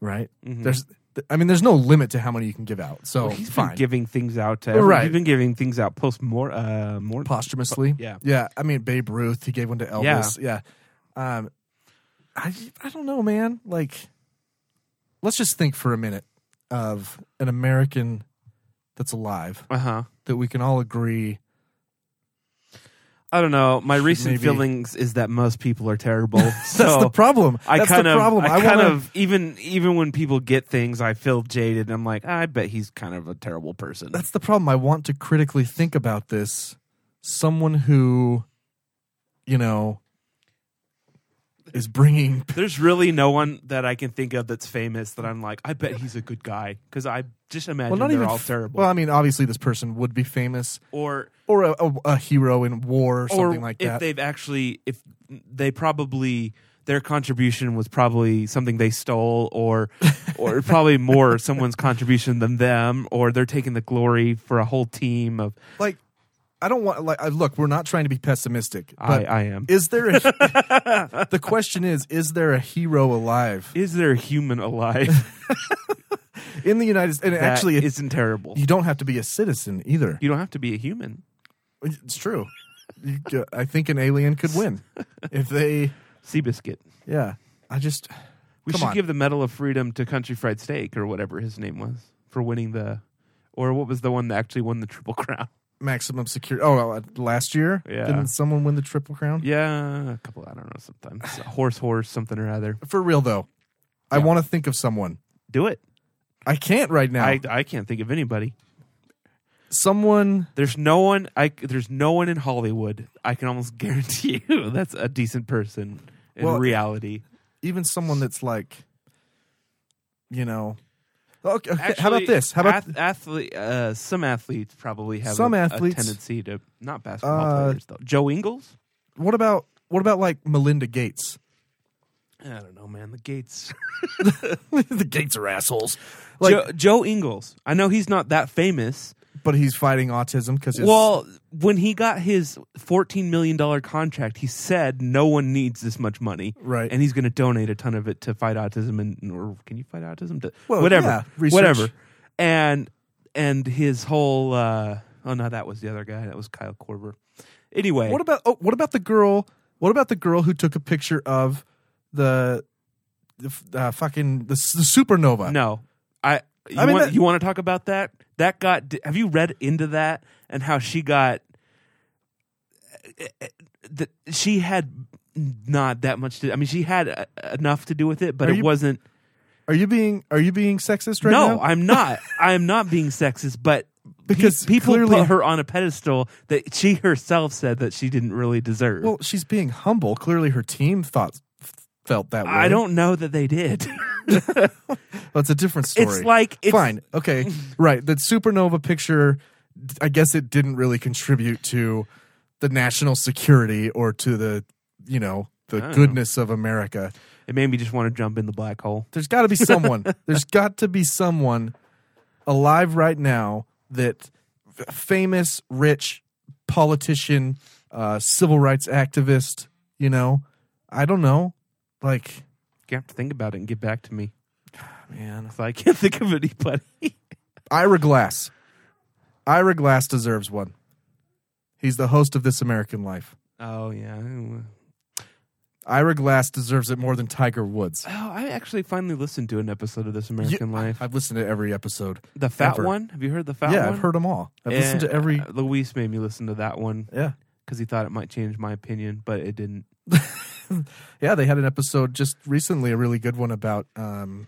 right Mhm. there's th- i mean there's no limit to how many you can give out so Well, he's fine been giving things out to Right. everyone. He's been giving things out post more uh more posthumously. Yeah. yeah. I mean, Babe Ruth, he gave one to Elvis. Yeah. Um, I I don't know, man. Like, let's just think for a minute of an American that's alive Uh huh. that we can all agree. I don't know. My recent maybe- feelings is that most people are terrible. <laughs> So That's the problem. I That's kind the of, problem. I, kind wanna- of even even when people get things, I feel jaded. I'm like, I bet he's kind of a terrible person. That's the problem. I want to critically think about this. Someone who, you know, is bringing There's really no one that I can think of that's famous that I'm like, I bet he's a good guy because I just imagine well, not they're even all f- terrible. Well, I mean, obviously, this person would be famous or or a, a, a hero in war or something or like if that. they've actually if they probably their contribution was probably something they stole <laughs> or or probably more someone's contribution than them or they're taking the glory for a whole team of like, I don't want like I- look. We're not trying to be pessimistic. I, But I am is there? <laughs> A, <laughs> the question is: Is there a hero alive is there a human alive in the United States? And that actually, it- isn't terrible you don't have to be a citizen either. you don't have to be a human It's true. You, c- I think an alien could win if they. seabiscuit Yeah, I just we Come should on. give the medal of freedom to country fried steak or whatever his name was for winning the or what was the one that actually won the triple <laughs> crown maximum security. Oh, well, uh, last year, Yeah. didn't someone win the triple crown? yeah a couple i don't know sometimes <laughs> horse horse something or other For real though, I want to think of someone. do it I can't right now. I, I can't think of anybody. someone There's no one. I there's no one in Hollywood. I can almost <laughs> guarantee you that's a decent person in Well- reality. even someone that's like you know okay, okay, how about this how about ath- athlete? Uh, some athletes probably have Some a, a athletes- tendency to not basketball Uh, players though. Joe Ingles. what about what about like melinda gates I don't know, man. The <laughs> Gates. the gates are assholes <laughs> like Joe, Joe Ingles. I know he's not that famous. but he's fighting autism because Well, when he got his fourteen million dollar contract, he said no one needs this much money, Right. And he's going to donate a ton of it to fight autism and or can you fight autism? To, Well, yeah, whatever, research. whatever. And and his whole uh, oh no, that was the other guy. That was Kyle Korver. Anyway, what about oh, what about the girl what about the girl who took a picture of the the f- uh, fucking the, s- the supernova no, I. You, Uh, I mean, want, that- you want to talk about that? That got. Have you read into that and how she got? eh, That she had not that much to. I mean, she had uh, enough to do with it, but Are it you- wasn't. are you being are you being sexist right no, now I'm not. I'm not being sexist, but <laughs> pe- Because people clearly- put her on a pedestal that she herself said that she didn't really deserve. well she's being humble clearly her team thought felt that way I don't know that they <laughs> did. That's a different story. It's like- it's- fine, okay, right. The supernova picture, d- I guess it didn't really contribute to the national security or to the you know the don't know. goodness of America. it made me just want to jump in the black hole. There's got to be someone. There's got to be someone alive right now that f- famous, rich politician, uh, civil rights activist. You know, I don't know, like You have to think about it and get back to me. <sighs> man. So I can't <laughs> think of anybody. Ira Glass. Ira Glass deserves one. He's the host of This American Life. Oh yeah. Oh, Ira Glass deserves it more than Tiger Woods. I actually finally listened to an episode of This American You- Life. I've listened to every episode. the fat ever. one. Have you heard the fat yeah, one? I've heard them all. I've listened to And, every. uh, Luis made me listen to that one Yeah, because he thought it might change my opinion, but it didn't. yeah. They had an episode just recently, a really good one about um,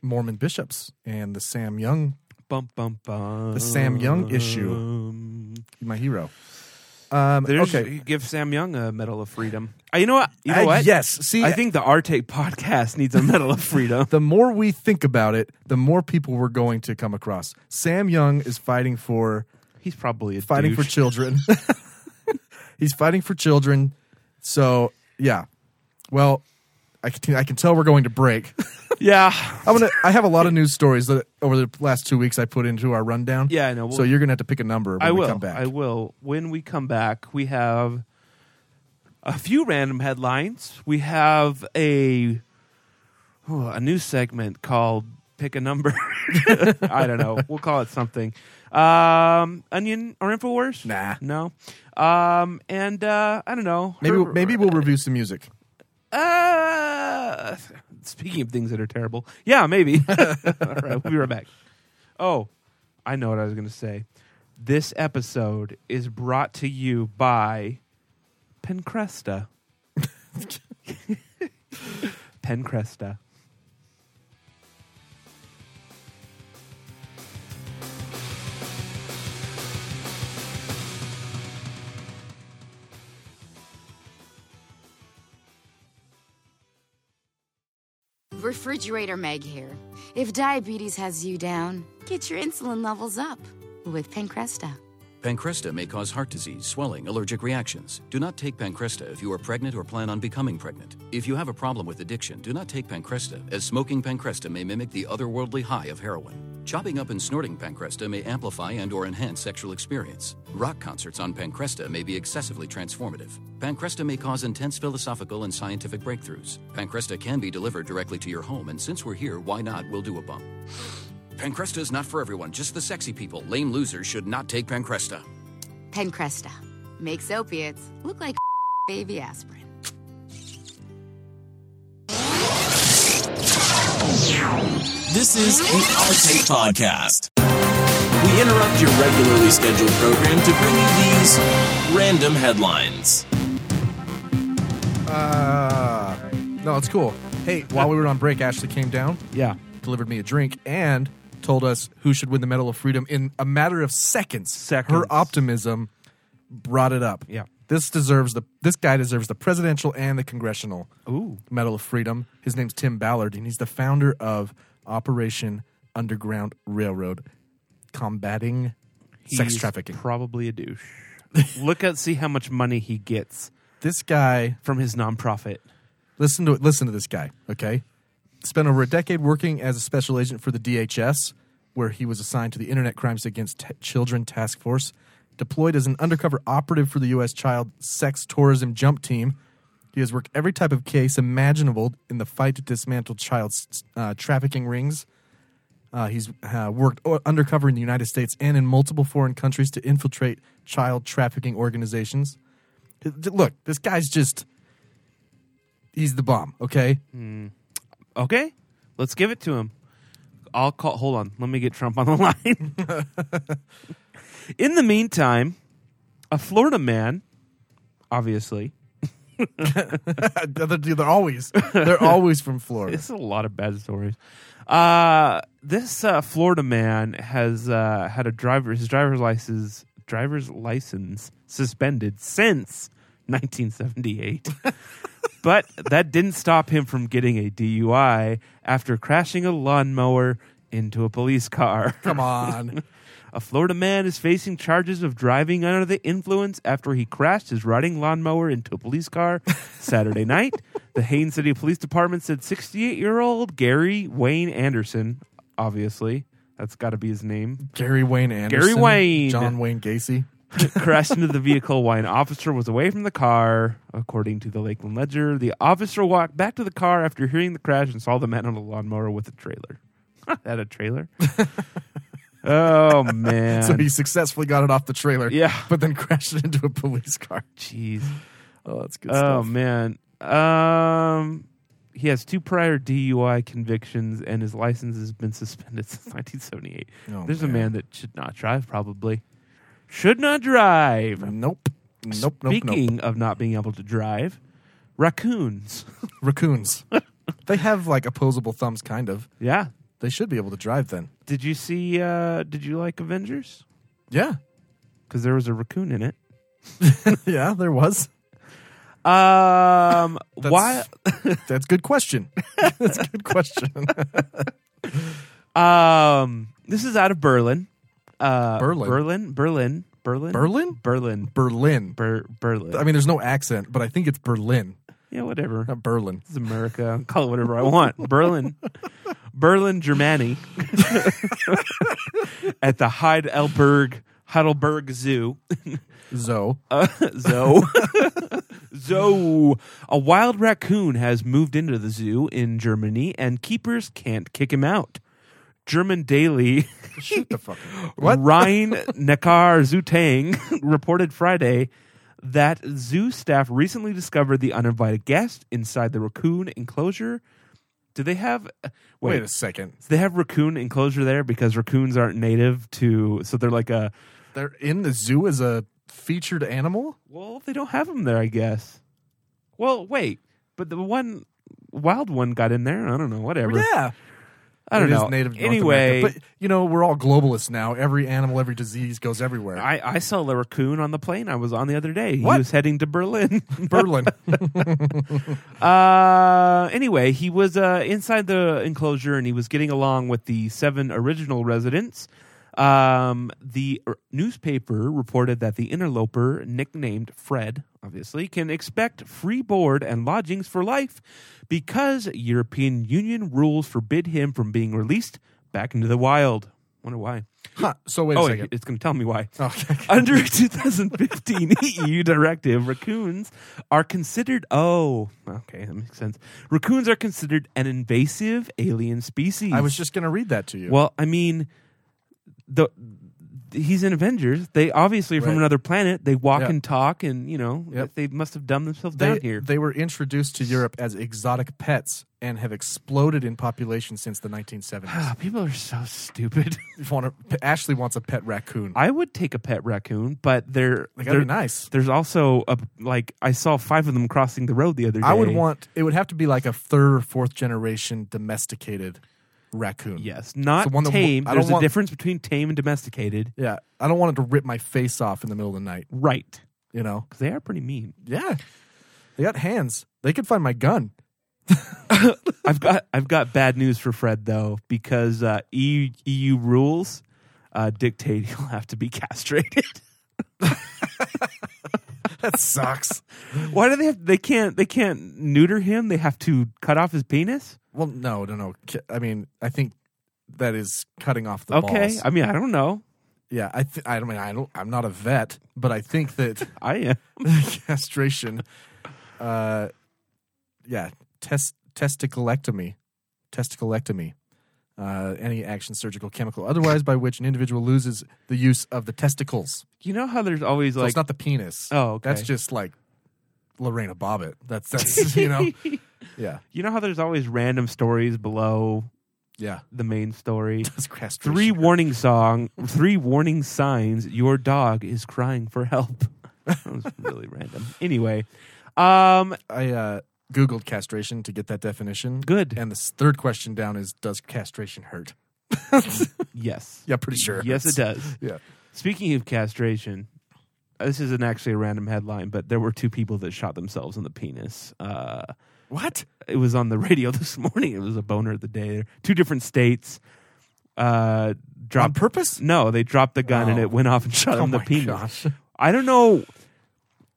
Mormon bishops and the Sam Young, Bum bum bum. the Sam Young issue. My hero. Um, There's, okay. you Give Sam Young a Medal of Freedom. Uh, you know what? You know Uh, what? yes. See, I think the Arte podcast needs a Medal <laughs> of Freedom. the more we think about it, the more people we're going to come across. Sam Young is fighting for He's probably a fighting for douche. children. <laughs> He's fighting for children. So yeah. Well, I can I can tell we're going to break. <laughs> yeah. I'm gonna. I have a lot of news stories that over the last two weeks I put into our rundown. Yeah, I know. Well, so you're gonna have to pick a number when I will. we come back. I will. When we come back, we have a few random headlines. We have a oh, a new segment called "Pick a Number." <laughs> I don't know. We'll call it something. Um, Onion or Infowars? Nah. no. Um, and uh, I don't know. maybe Her- maybe <laughs> we'll review some music. uh, speaking of things that are terrible, <laughs> yeah, maybe. All right, we'll be right back. Oh, I know what I was going to say. This episode is brought to you by Pencresta. <laughs> Pencresta. Refrigerator Meg here. If diabetes has you down, get your insulin levels up with Pancresta. Pancresta may cause heart disease, swelling, allergic reactions. Do not take Pancresta if you are pregnant or plan on becoming pregnant. If you have a problem with addiction, do not take Pancresta, as smoking Pancresta may mimic the otherworldly high of heroin. Chopping up and snorting Pancresta may amplify and or enhance sexual experience. Rock concerts on Pancresta may be excessively transformative. Pancresta may cause intense philosophical and scientific breakthroughs. Pancresta can be delivered directly to your home, and since we're here, why not? We'll do a bump. Pancresta is not for everyone, just the sexy people. Lame losers should not take Pancresta. Pancresta makes opiates look like baby aspirin. This is the Our Take Podcast. We interrupt your regularly scheduled program to bring you these random headlines. Uh, no, it's cool. Hey, while we were on break, Ashley came down, Yeah. delivered me a drink, and told us who should win the Medal of Freedom in a matter of seconds. Seconds. Her optimism brought it up. Yeah. This deserves the this guy deserves the presidential and the congressional Ooh. Medal of Freedom. His name's Tim Ballard, and he's the founder of Operation Underground Railroad, combating sex He's trafficking. Probably a douche. Look at see how much money he gets this guy from his nonprofit. Listen to listen to this guy, okay? Spent over a decade working as a special agent for the DHS, where he was assigned to the Internet Crimes Against T- Children Task Force. Deployed as an undercover operative for the U.S. Child Sex Tourism Jump Team, he has worked every type of case imaginable in the fight to dismantle child s- uh, trafficking rings. Uh, he's uh, worked o- undercover in the United States and in multiple foreign countries to infiltrate child trafficking organizations. Th- th- Look, this guy's just. He's the bomb, okay? Okay, let's give it to him. I'll call. Hold on, let me get Trump on the <laughs> line. In the meantime, a Florida man, obviously, they're, they're always <laughs> they're always from Florida. This is a lot of bad stories. Uh, this uh, Florida man has uh, had a driver his driver's license driver's license suspended since 1978. <laughs> but that didn't stop him from getting a DUI after crashing a lawnmower into a police car. <laughs> Come on, A Florida man is facing charges of driving under the influence after he crashed his riding lawnmower into a police car Saturday night. The Haines City Police Department said 68 year old Gary Wayne Anderson, obviously, that's got to be his <laughs> name, Gary Wayne Anderson, Gary Wayne. John Wayne Gacy. crashed into the vehicle while an officer was away from the car, according to the Lakeland Ledger. The officer walked back to the car after hearing the crash and saw the man on a lawnmower with a trailer. <laughs> Had a trailer? oh, man. So he successfully got it off the trailer, Yeah. but then <laughs> crashed it into a police car. Jeez. Oh, that's good Oh man. Um he has two prior DUI convictions and his license has been suspended <laughs> since 1978. Oh, There's a man. man that should not drive probably. Should not drive. Nope, nope, nope, nope. Speaking of not being able to drive, raccoons. <laughs> Raccoons. they have like opposable thumbs, kind of. yeah. They should be able to drive then. Did you see uh did you like Avengers? Yeah, <laughs> Cuz there was a raccoon in it. yeah. There was. Um <laughs> That's, why That's good question. <laughs> that's a good question. <laughs> Uh, um this is out of Berlin. Uh Berlin. Berlin, Berlin, Berlin. Berlin, Berlin. Berlin. Ber- Berlin. I mean, there's no accent, but I think it's Berlin, yeah, whatever. not Berlin. It's America. <laughs> I'll call it whatever I want. Berlin, Berlin, Germany. <laughs> At the Heidelberg Heidelberg Zoo. <laughs> Zo. Uh, zoo. <laughs> zoo. A wild raccoon has moved into the zoo in Germany, and keepers can't kick him out. German daily <laughs> Shut the fuck up. <laughs> Rhine Neckar Zutang <laughs> reported Friday that zoo staff recently discovered the uninvited guest inside the raccoon enclosure. Do they have uh, wait? Wait a second. they have raccoon enclosure there because raccoons aren't native to, so they're like a They're in the zoo as a featured animal? Well, they don't have them there, I guess. Well, wait, but the one wild one got in there. I don't know. Whatever. Yeah. I don't It is know. native to North anyway, America. But, you know, we're all globalists now. Every animal, every disease goes everywhere. I, <laughs> I saw a raccoon on the plane I was on the other day. What? He was heading to Berlin. <laughs> Berlin. Uh, anyway, he was uh, inside the enclosure and he was getting along with the seven original residents. Um, the er, newspaper reported that the interloper, nicknamed Fred, obviously, can expect free board and lodgings for life because European Union rules forbid him from being released back into the wild. Wonder why. huh. So wait a Oh, second. Oh, it- it's going to tell <laughs> me why. Okay. Under <laughs> a 2015 EU E directive, raccoons are considered. Oh, okay, that makes sense. Raccoons are considered an invasive alien species. I was just going to read that to you. Well, I mean, the he's in Avengers. They obviously are from Right. another planet. They walk Yeah. and talk, and you know, Yep. they must have dumbed themselves they, down here. they were introduced to Europe as exotic pets and have exploded in population since the 1970s. Ah, people are so <laughs> stupid. <laughs> If you wanna- Ashley wants a pet raccoon. I would take a pet raccoon, but they're They gotta be they're- nice. There's also a like I saw five of them crossing the road the other day. I would want it would have to be like a third or fourth generation domesticated raccoon. Yes, not the one that wa- tame. I don't There's want- a difference between tame and domesticated. Yeah. I don't want it to rip my face off in the middle of the night, Right. you know. Because they are <laughs> pretty mean. Yeah. They got hands. They could find my gun. I've got I've got bad news for Fred though because uh, EU EU rules uh, dictate <laughs> he'll have to be castrated. <laughs> That sucks. Why do they have? They can't. They can't neuter him. They have to cut off his penis. <laughs> well, no, no, no. Ki- I mean, I think that is cutting off the okay. balls. I mean, I don't know. Yeah, I th- I don't mean I don't I'm not a vet, but I think <laughs> that I am. <laughs> castration uh yeah, test testiculectomy, testiculectomy. Uh, any action, surgical, chemical, otherwise by which an individual loses the use of the testicles. You know how there's always So like it's not the penis. Oh, okay. That's just like Lorena Bobbitt. That's that's <laughs> you <laughs> know. Yeah, you know how there's always random stories below yeah. the main story. That's castration. Three warning song, three warning signs your dog is crying for help. <laughs> that was really random. Anyway, um, I uh, googled castration to get that definition. Good. And the s- third question down is, does castration hurt? yes, Yeah, pretty sure. yes, it does. Yeah. Speaking of castration, uh, this isn't actually a random headline, but there were two people that shot themselves in the penis. Uh, What? it was on the <laughs> radio this morning. It was a boner of the day. Two different states. Uh, dropped, On purpose? No, they dropped the gun and Oh. it went <laughs> off and shot Oh him in the my penis. gosh. I don't know.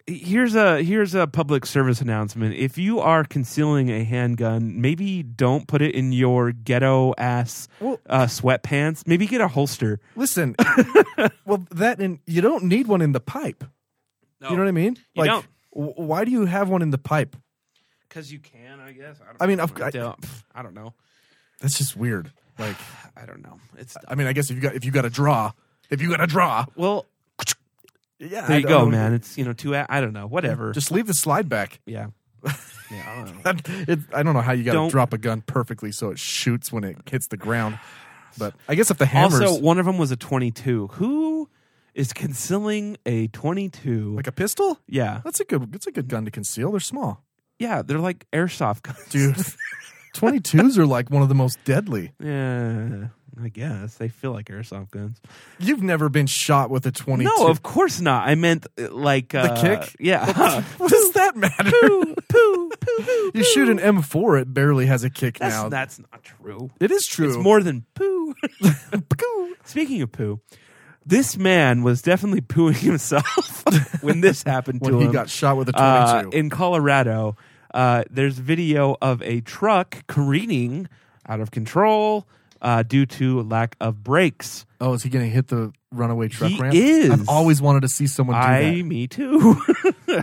Here's a here's a public service announcement. If you are concealing a handgun, maybe don't put it in your ghetto ass Well- uh, sweatpants. Maybe get a holster. <laughs> Listen, well, that and you don't need one in the pipe. You know what I mean? You don't. w- why do you have one in the pipe? Because you can, I guess. I, I mean, of- I- don't, pff, I don't know. That's just weird. Like, I don't know. It's I mean, I guess if you got if you got a draw, if you got a draw, well. yeah. There I you don't go, know. man. It's you know two. a- I don't know. Whatever. Just leave the slide back. yeah. yeah. I <laughs> don't know. it, I don't know how you got Don't- to drop a gun perfectly so it shoots when it hits the ground. But I guess if the hammers Also, one of them was a 22. Who is concealing a 22? like a pistol, yeah. that's a good that's a good gun to conceal. They're small, Yeah, they're like airsoft guns. dude. Twenty twos are like one of the most deadly. <laughs> Yeah, I guess they feel like airsoft guns. You've never been shot with a twenty two. <laughs> No, of course not. I meant uh, like uh, kick? <laughs> Yeah, what does that matter? poo, poo, poo, poo. You shoot an M4, it barely has a kick That's now. that's not true. it is true. It's more than <laughs> poo. Speaking of poo, this man was definitely pooing himself <laughs> when this happened to when he him. got shot with a 22. Uh, in Colorado, uh, there's video of a truck careening out of control uh, due to lack of brakes. oh, is he going to hit the runaway truck He ramp? is. I've always wanted to see someone do I, that. me too. <laughs>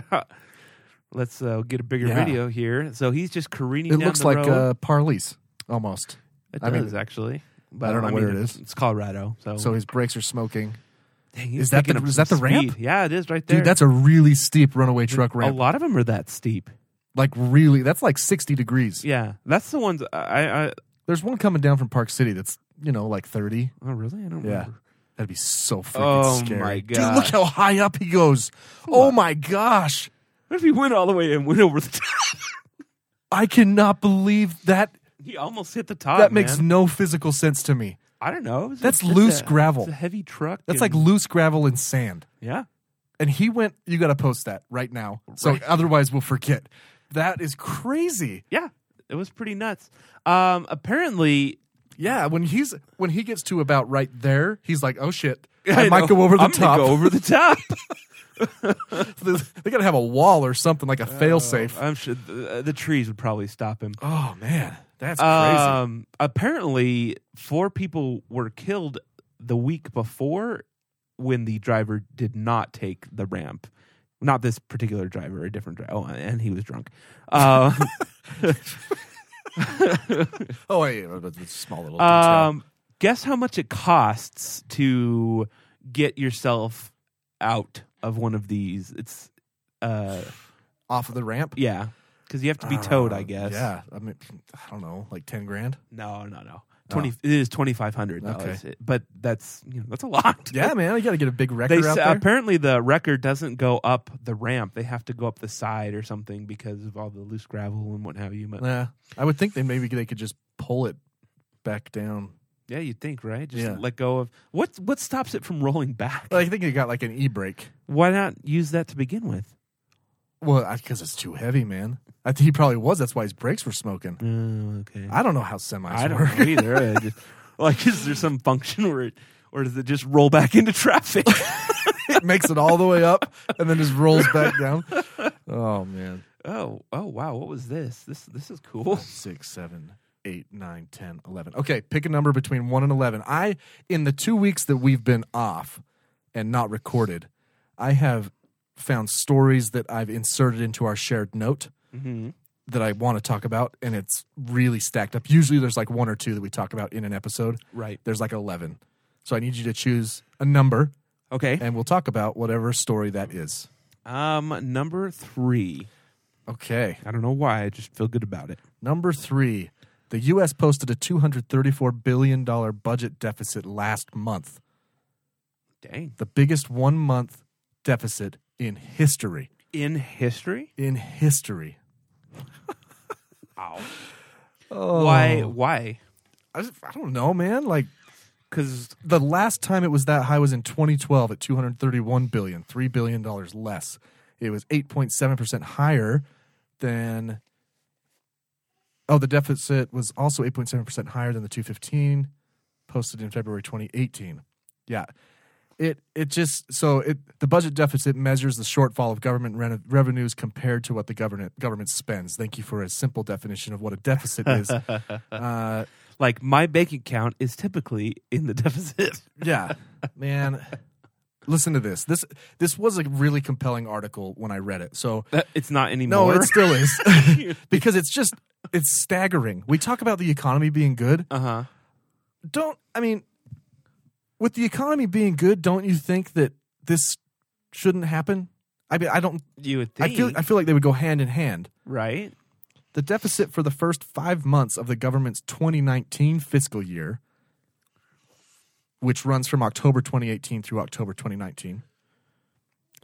Let's uh, get a bigger Yeah. video here. So he's just careening. It down looks the like road. uh, Parley's almost. it I mean- does actually. I don't know where it is. It's Colorado. So, So his brakes are smoking. Dang, he's is that the- picking up is some that the ramp? speed. Yeah, it is right there. Dude, that's a really steep runaway truck a ramp. lot of them are that steep. Like really, that's like 60 degrees. Yeah, that's the ones. I, oh, I There's one coming down from Park City that's, you know, like 30. oh really I don't Yeah. remember. That'd be so freaking Oh, scary. my Dude, look God. how high up he goes. Oh my gosh. What if he went all the way and went over the <laughs> top? I cannot believe that he almost hit the top. that makes man. no physical sense to me. I don't know. It was That's it's loose a- gravel. It's a heavy truck. That's like and- loose gravel and sand. yeah. And he went, you got to post that right now. So otherwise we'll forget. That is crazy. Yeah, it was pretty nuts. Um, apparently, Yeah, when he's when he gets to about right there, he's like, "Oh shit, I, <laughs> I might know, go over the I'm gonna top." Go <laughs> over the top. they gotta have a wall or something like a failsafe. I'm sure uh, the, the trees would probably stop him. oh man, that's Um, apparently, four people were killed the week before when the driver did not take the ramp. Not this particular driver, a different driver. Oh, and he <laughs> was drunk. Uh, crazy. Oh, yeah, yeah, but it's a small little detail. um, guess how much it costs to get yourself out of one of these? It's, uh, off of the ramp. Uh, yeah, because you have to be towed, I guess. Yeah, I mean, I don't know, like ten grand. No, no, no. Twenty. It is twenty five hundred. dollars, Oh. Okay. but that's you know that's a lot. Yeah, man, you gotta get a big wrecker They out s- there. apparently the wrecker doesn't go up the ramp. They have to go up the side or something because of all the loose gravel and what have you. But yeah, I would think they maybe they could just pull it back down. yeah, you'd think right? Just Yeah. let go of what what stops it from rolling back? Well, I think they got like an e brake. Why not use that to begin with? Well, because it's too heavy, man. I think he probably was. That's why his brakes were smoking. Oh, okay. Mm. I don't know how semis I don't work. know either. I just- like, is there some function where it or does it just roll back into <laughs> traffic? <laughs> it makes it all the way up and then just rolls back <laughs> down. Oh man. oh, oh wow! What was this? This this is cool. Six, seven, eight, nine, ten, eleven. Okay, pick a number between one and eleven. I in the two weeks that we've been off and not recorded, I have found stories that I've inserted into our shared note that I want to talk about, and it's really stacked up. Usually there's like one or two that we talk about in an episode. Right. There's like eleven. So I need you to choose a number Okay. and we'll talk about whatever story that is. Um, number three. Okay. I don't know why. I just feel good about it. Number three, the U.S. posted a $234 billion budget deficit last month, Dang. the biggest one month deficit in history. In history? In history. Wow. Why? Oh. Why? I, just- I don't know, man. Like, Because the last time it was that high was in 2012 at 231 billion, $3 billion less. It was 8.7% higher than. Oh, the deficit was also 8.7% higher than the 215 posted in February 2018. Yeah. It it just so it the budget deficit measures the shortfall of government reno- revenues compared to what the government government spends. Thank you for a simple definition of what a deficit is. uh, like my bank account is typically in the <laughs> deficit. yeah man listen to this this this was a really compelling article when i read it so it's not anymore. no it still is because it's just it's staggering we talk about the economy being good uh huh. don't i mean with the economy being good don't you think that this shouldn't happen i mean i don't You would think, i feel i feel like they would go hand in hand right? the deficit for the first five months of the government's 2019 fiscal year, which runs from October 2018 through October 2019,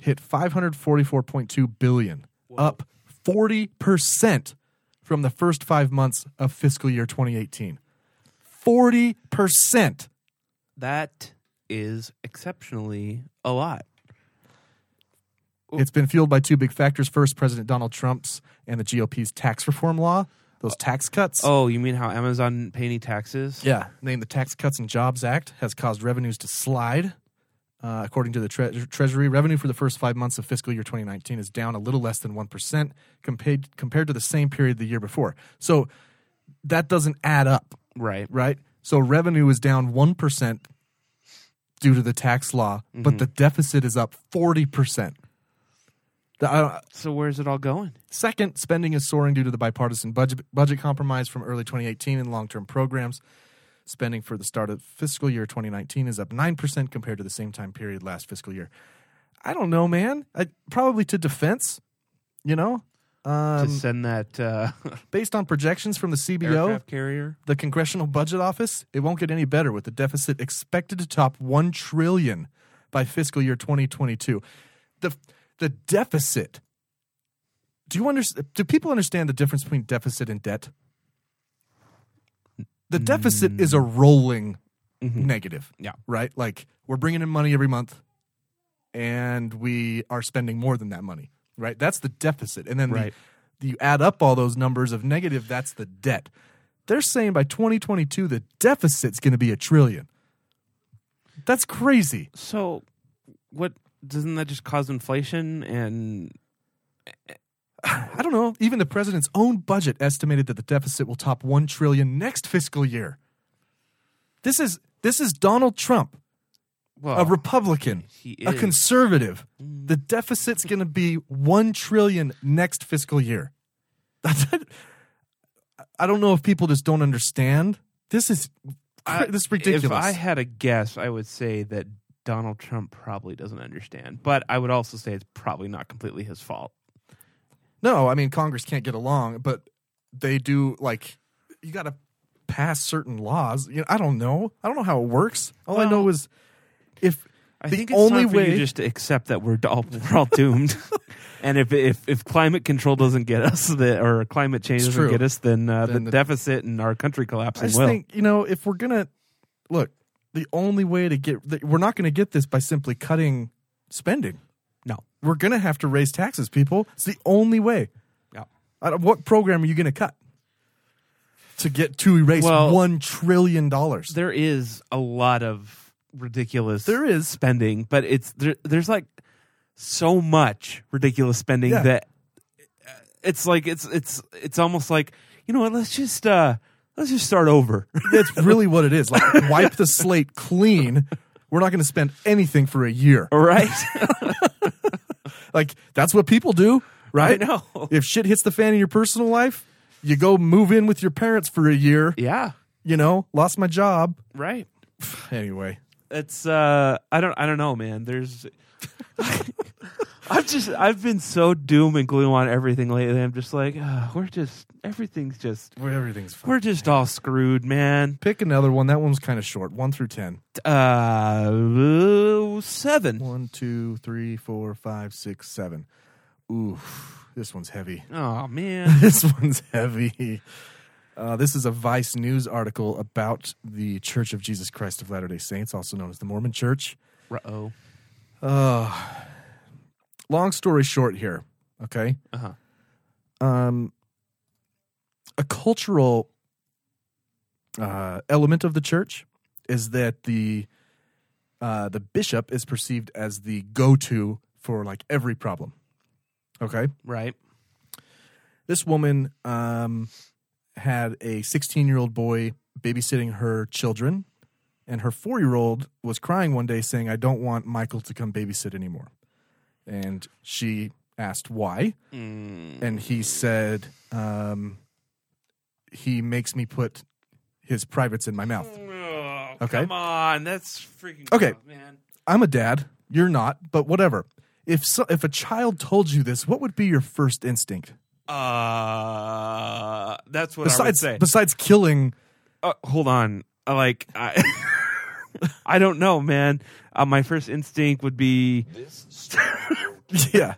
hit 544.2 billion, up 40 percent from the first five months of fiscal year 2018. 40 percent. That is exceptionally a lot. It's been fueled by two big factors: first, President Donald Trump's and the GOP's tax reform law, those tax cuts. Oh, you mean how Amazon didn't pay any taxes? Yeah, named the Tax Cuts and Jobs Act has caused revenues to slide. Uh, according to the tre- Treasury, revenue for the first five months of fiscal year 2019 is down a little less than 1% compared, compared to the same period the year before. So that doesn't add up, Right. right? So revenue is down 1% due to the tax law, but the deficit is up 40%. The, uh, I- So where's it all going? Second, spending is soaring due to the bipartisan budget, budget compromise from early 2018 and long term programs. Spending for the start of fiscal year 2019 is up 9% compared to the same time period last fiscal year. I don't know, man. I, probably to defense, you know? to Um, send that uh, <laughs> based on projections from the CBO, aircraft carrier? the Congressional Budget Office, it won't get any better with the deficit expected to top 1 trillion by fiscal year 2022. The the deficit. Do you understand do people understand the difference between deficit and debt? The deficit is a rolling negative. Yeah. Right? Like we're bringing in money every month and we are spending more than that money, right? That's the deficit. And then the- Right. you add up all those numbers of negative, that's the debt. They're saying by 2022 the deficit's going to be a trillion. That's crazy. So, what doesn't that just cause inflation? And I don't know. Even the president's own budget estimated that the deficit will top 1 trillion next fiscal year. This is this is Donald Trump, well, a Republican, Oh. he a is. Mm. conservative. The deficit's going to be 1 trillion next fiscal year. <laughs> I don't know if people just don't understand. This is I- this is ridiculous. If I had a guess, I would say that Donald Trump probably doesn't understand, but I would also say it's probably not completely his fault. No, I mean Congress can't get along, but they do like you got to pass certain laws. You know, I don't know. I don't know how it works. All I know Well, is if I the think it's only time for you way just to accept that we're all we're <laughs> all doomed, and if if if climate control doesn't get us, the, or climate change It's doesn't true. get us, then, uh, Then the- the, deficit and our country I collapsing just will. think you know if we're gonna look, the only way to get that we're not gonna get this by simply cutting spending. no, We're gonna have to raise taxes, people. It's the only way. Yeah. I don't- What program are you gonna cut to get to erase Well- one trillion dollars? there is a lot of ridiculous. There is. spending, but it's there, there's like so much ridiculous spending Yeah. that uh, it's like it's it's it's almost like you know what? Let's just uh let's just start over. <laughs> That's really what it is. Like wipe the slate clean. We're not going to spend anything for a year. All <laughs> right, Like that's what people do, right? I know. If shit hits the fan in your personal life, you go move in with your parents for a year. yeah, You know, lost my job. right. Anyway, It's uh I don't I don't know, man. There's <laughs> I've just I've been so doom and gloom on everything lately. I'm just like uh, we're just everything's just well, everything's fine. we're just all screwed, man. Pick another one. That one's kind of short. One through ten. Uh, seven. One, two, three, four, five, six, seven. Oof, this one's heavy. <laughs> Oh man. <laughs> this one's heavy. Uh, this is a Vice News article about the Church of Jesus Christ of Latter day Saints, also known as the Mormon Church. Uh, oh. Long story short here, okay? Uh-huh. Um, a cultural uh, element of the church is that the uh, the bishop is perceived as the go to for like every problem, okay? Right. this woman um, had a 16 year old boy babysitting her children, and her four year old was crying one day saying, I don't want Michael to come babysit anymore. And she asked why. And he said, um, He makes me put his privates in my mouth. Okay. Oh, Come on, that's freaking Okay. gross, man. I'm a dad. You're not, but whatever. If, so, if a child told you this, what would be your first instinct? Uh, that's what I would Besides, say. besides killing <laughs> uh, hold on, Uh, like I, <laughs> I don't know, man. Uh, my first instinct would be, yeah.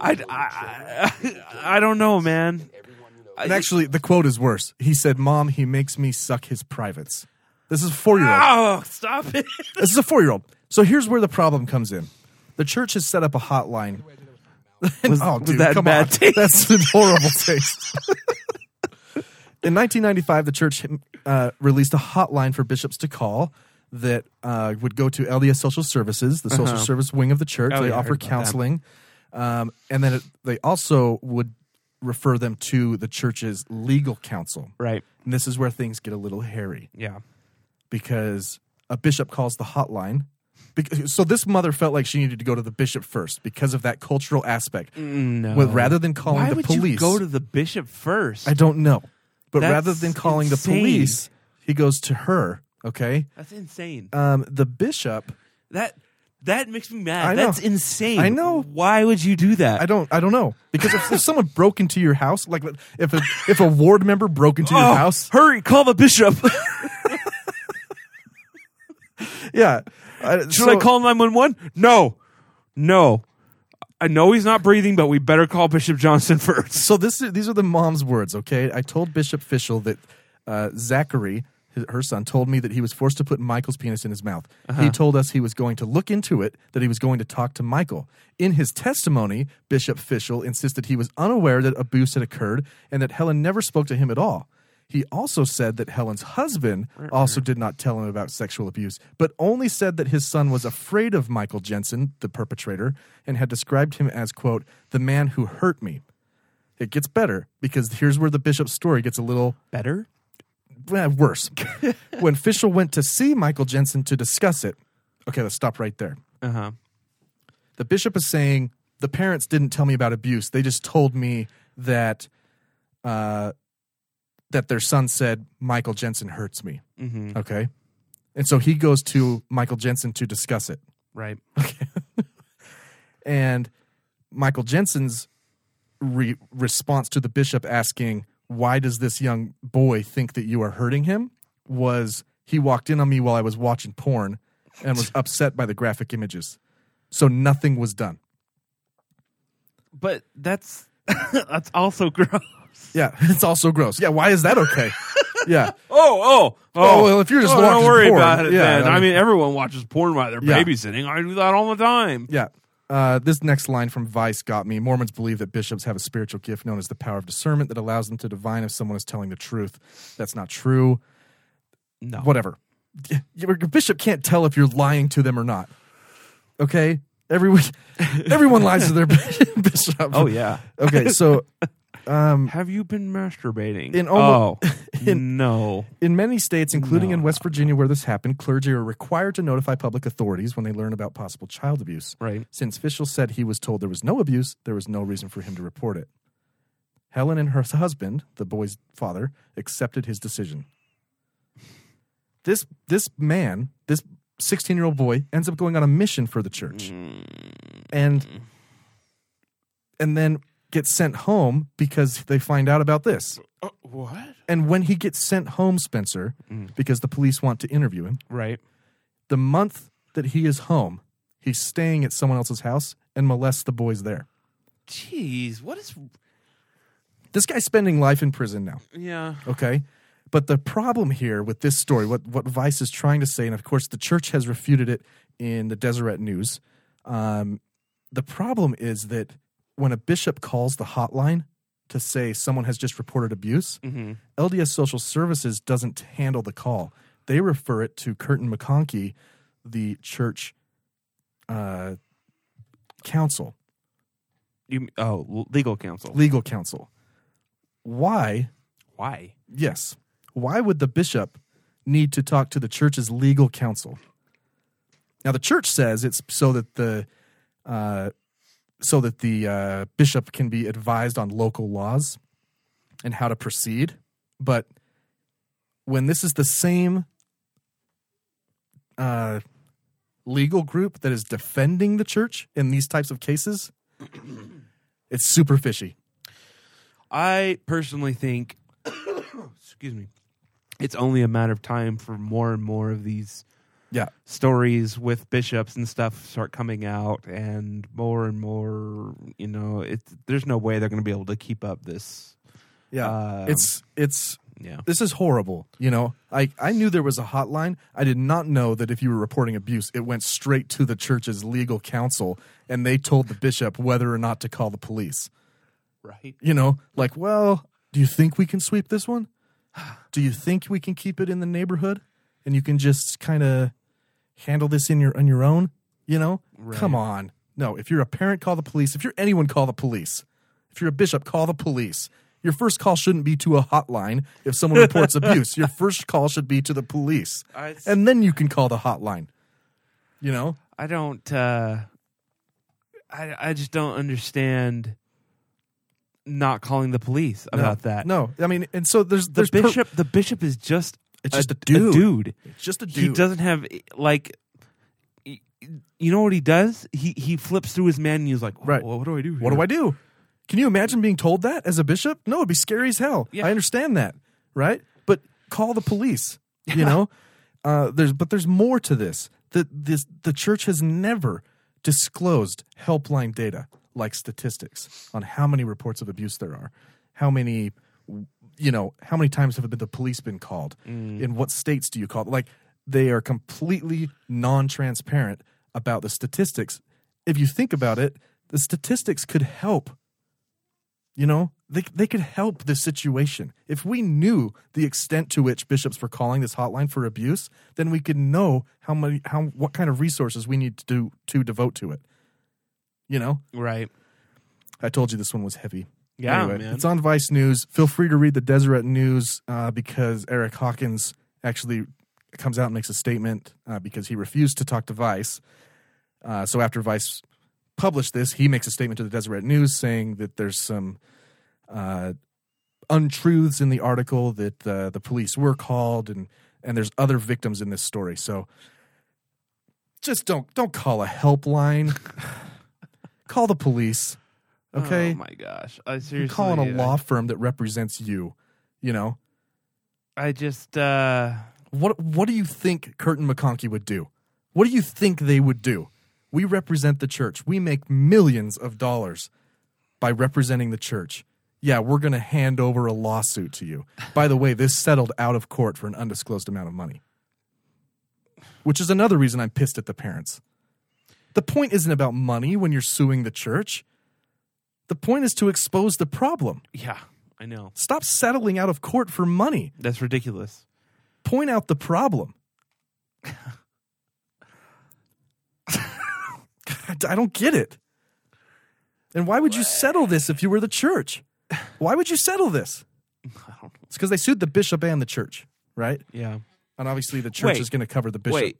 I, I, I, <laughs> I don't know, man. And actually, the quote is worse. He said, "Mom, he makes me suck his privates." This is a four-year-old. Oh, stop it! This is a four-year-old. So here's where the problem comes in. The church has set up a hotline. Was- <laughs> oh, was dude, that come bad on. taste? <laughs> That's a horrible taste. in 1995, the church uh, released a hotline for bishops to call that uh, would go to LDS Social Services, the social service wing of the church. Uh-huh. Oh, they yeah, I heard offer about that. counseling, um, and then it, they also would refer them to the church's legal counsel. Right. And this is where things get a little hairy Yeah. because a bishop calls the hotline. Bec- So this mother felt like she needed to go to the bishop first because of that cultural aspect. No. Well, rather than calling Why the would police, you go to the bishop first? I don't know. But That's rather than calling insane. the police, he goes to her. Okay, that's insane. um, the bishop that That makes me mad. I know. That's insane. I know. Why would you do that? I don't. I don't know because if, if someone broke into your house, like if a, if a ward member broke into your Oh, house, Hurry, call the bishop. <laughs> yeah. I, Should I call 911? No. No. I know he's not breathing, but we better call Bishop Johnson <laughs> first. So this is, these are the mom's words. Okay, I told Bishop Fischel that uh, Zachary, his, her son, told me that he was forced to put Michael's penis in his mouth. He told us he was going to look into it, that he was going to talk to Michael. In his testimony, Bishop Fischel insisted he was unaware that abuse had occurred and that Helen never spoke to him at all. He also said that Helen's husband also did not tell him about sexual abuse, but only said that his son was afraid of Michael Jensen, the perpetrator, and had described him as, quote, the man who hurt me it gets better because here's where the bishop's story gets a little Better? eh, <laughs> worse. when Fischel went to see Michael Jensen to discuss it, okay, let's stop right there. Uh huh. The bishop is saying the parents didn't tell me about abuse; they just told me that uh, that their son said Michael Jensen hurts me. Mm-hmm. Okay, and so he goes to Michael Jensen to discuss it. Right. <laughs> and Michael Jensen's re- response to the bishop asking, "Why does this young boy think that you are hurting him?" was he walked in on me while I was watching porn and was upset by the graphic images. So nothing was done. But <laughs> that's that's also gross. Yeah, <laughs> it's also gross. Yeah, why is that okay? yeah. Oh, oh, oh. well, if you're just oh, don't watching worry porn, about it. yeah, then. I I mean- mean, everyone watches porn while they're Yeah. babysitting. I do that all the time. Yeah. Uh, this next line from Vice got me. Mormons believe that bishops have a spiritual gift known as the power of discernment that allows them to divine if someone is telling the truth. That's not true. No. Whatever. Your bishop can't tell if you're lying to them or not. Okay? Everyone, <laughs> everyone lies to their <laughs> bishop. Oh yeah. <laughs> Okay, so Have you been masturbating? In almo- oh <laughs> in- no. In many states, including in West Virginia where this happened, clergy are required to notify public authorities when they learn about possible child abuse. Right. Since Fischel said he was told there was no abuse, there was no reason for him to report it. Helen and her husband, the boy's father, accepted his decision. This this man, this 16-year-old boy ends up going on a mission for the church. And and then gets sent home because they find out about this. What? And when he gets sent home, Spencer, because the police want to interview him, Right. the month that he is home, he's staying at someone else's house and molests the boys there. Jeez. What is? This guy's spending life in prison now, Yeah. okay? But the problem here with this story, what, what Vice is trying to say, and of course the church has refuted it in the Deseret News, um, the problem is that when a bishop calls the hotline to say someone has just reported abuse, LDS Social Services doesn't handle the call. They refer it to Curtin McConkie, the church uh, counsel, You oh legal counsel. legal counsel. Why? Why? Yes. Why would the bishop need to talk to the church's legal counsel? Now, the church says it's so that the uh, so that the uh, bishop can be advised on local laws and how to proceed. But when this is the same uh, legal group that is defending the church in these types of cases, <clears throat> it's super fishy. I personally think, <coughs> excuse me, it's only a matter of time for more and more of these Yeah. stories with bishops and stuff start coming out, and more and more, you know, it, there's no way they're going to be able to keep up this. Yeah. Um, it's it's Yeah. this is horrible. You know, I I knew there was a hotline. I did not know that if you were reporting abuse, it went straight to the church's legal counsel, and they told the bishop whether or not to call the police. Right. You know, like, well, do you think we can sweep this one? <sighs> Do you think we can keep it in the neighborhood, and you can just kind of handle this in your on your own? You know, come on. No, if you're a parent, call the police. If you're anyone, call the police. If you're a bishop, call the police. Your first call shouldn't be to a hotline if someone <laughs> reports abuse. Your first call should be to the police. I- it's- And then you can call the hotline. You know? I don't. Uh, I I just don't understand not calling the police about that. No. I mean, and so there's the there's per- bishop. the bishop is just It's just a dude. just a dude. He doesn't have like. he- you know what he does? He he flips through his man and he's like, Right. "Well, what do I do? What do I do? Can you imagine being told that as a bishop? No, it'd be scary as hell. Yeah. I understand that, right? But call the police. You know, uh, there's but there's more to this. The this the church has never disclosed helpline data like statistics on how many reports of abuse there are, how many, you know, how many times have the police been called, Mm. in what states do you call? Like they are completely non-transparent about the statistics. If you think about it, the statistics could help you know, they, they could help this situation. If we knew the extent to which bishops were calling this hotline for abuse, then we could know how many, how, what kind of resources we need to do to devote to it. You know, Right. I told you this one was heavy. Yeah, man. It's on Vice News. Feel free to read the Deseret News uh, because Eric Hawkins actually comes out and makes a statement uh, because he refused to talk to Vice. Uh, so after Vice published this, he makes a statement to the Deseret News saying that there's some uh, untruths in the article that uh, the police were called and and there's other victims in this story. So just don't don't call a helpline. <sighs> call the police. Okay? Oh my gosh. I You're seriously calling a I- law firm that represents you. You know I just uh what? What do you think Curtin McConkie would do? What do you think they would do? We represent the church. We make millions of dollars by representing the church. Yeah, we're going to hand over a lawsuit to you. By the way, this settled out of court for an undisclosed amount of money, which is another reason I'm pissed at the parents. The point isn't about money when you're suing the church. The point is to expose the problem. yeah, I know. Stop settling out of court for money. That's ridiculous. Point out the problem. <laughs> God, I don't get it. And why would you settle this if you were the church? Why would you settle this? It's because they sued the bishop and the church, right? Yeah. And obviously the church Wait. is going to cover the bishop. Wait.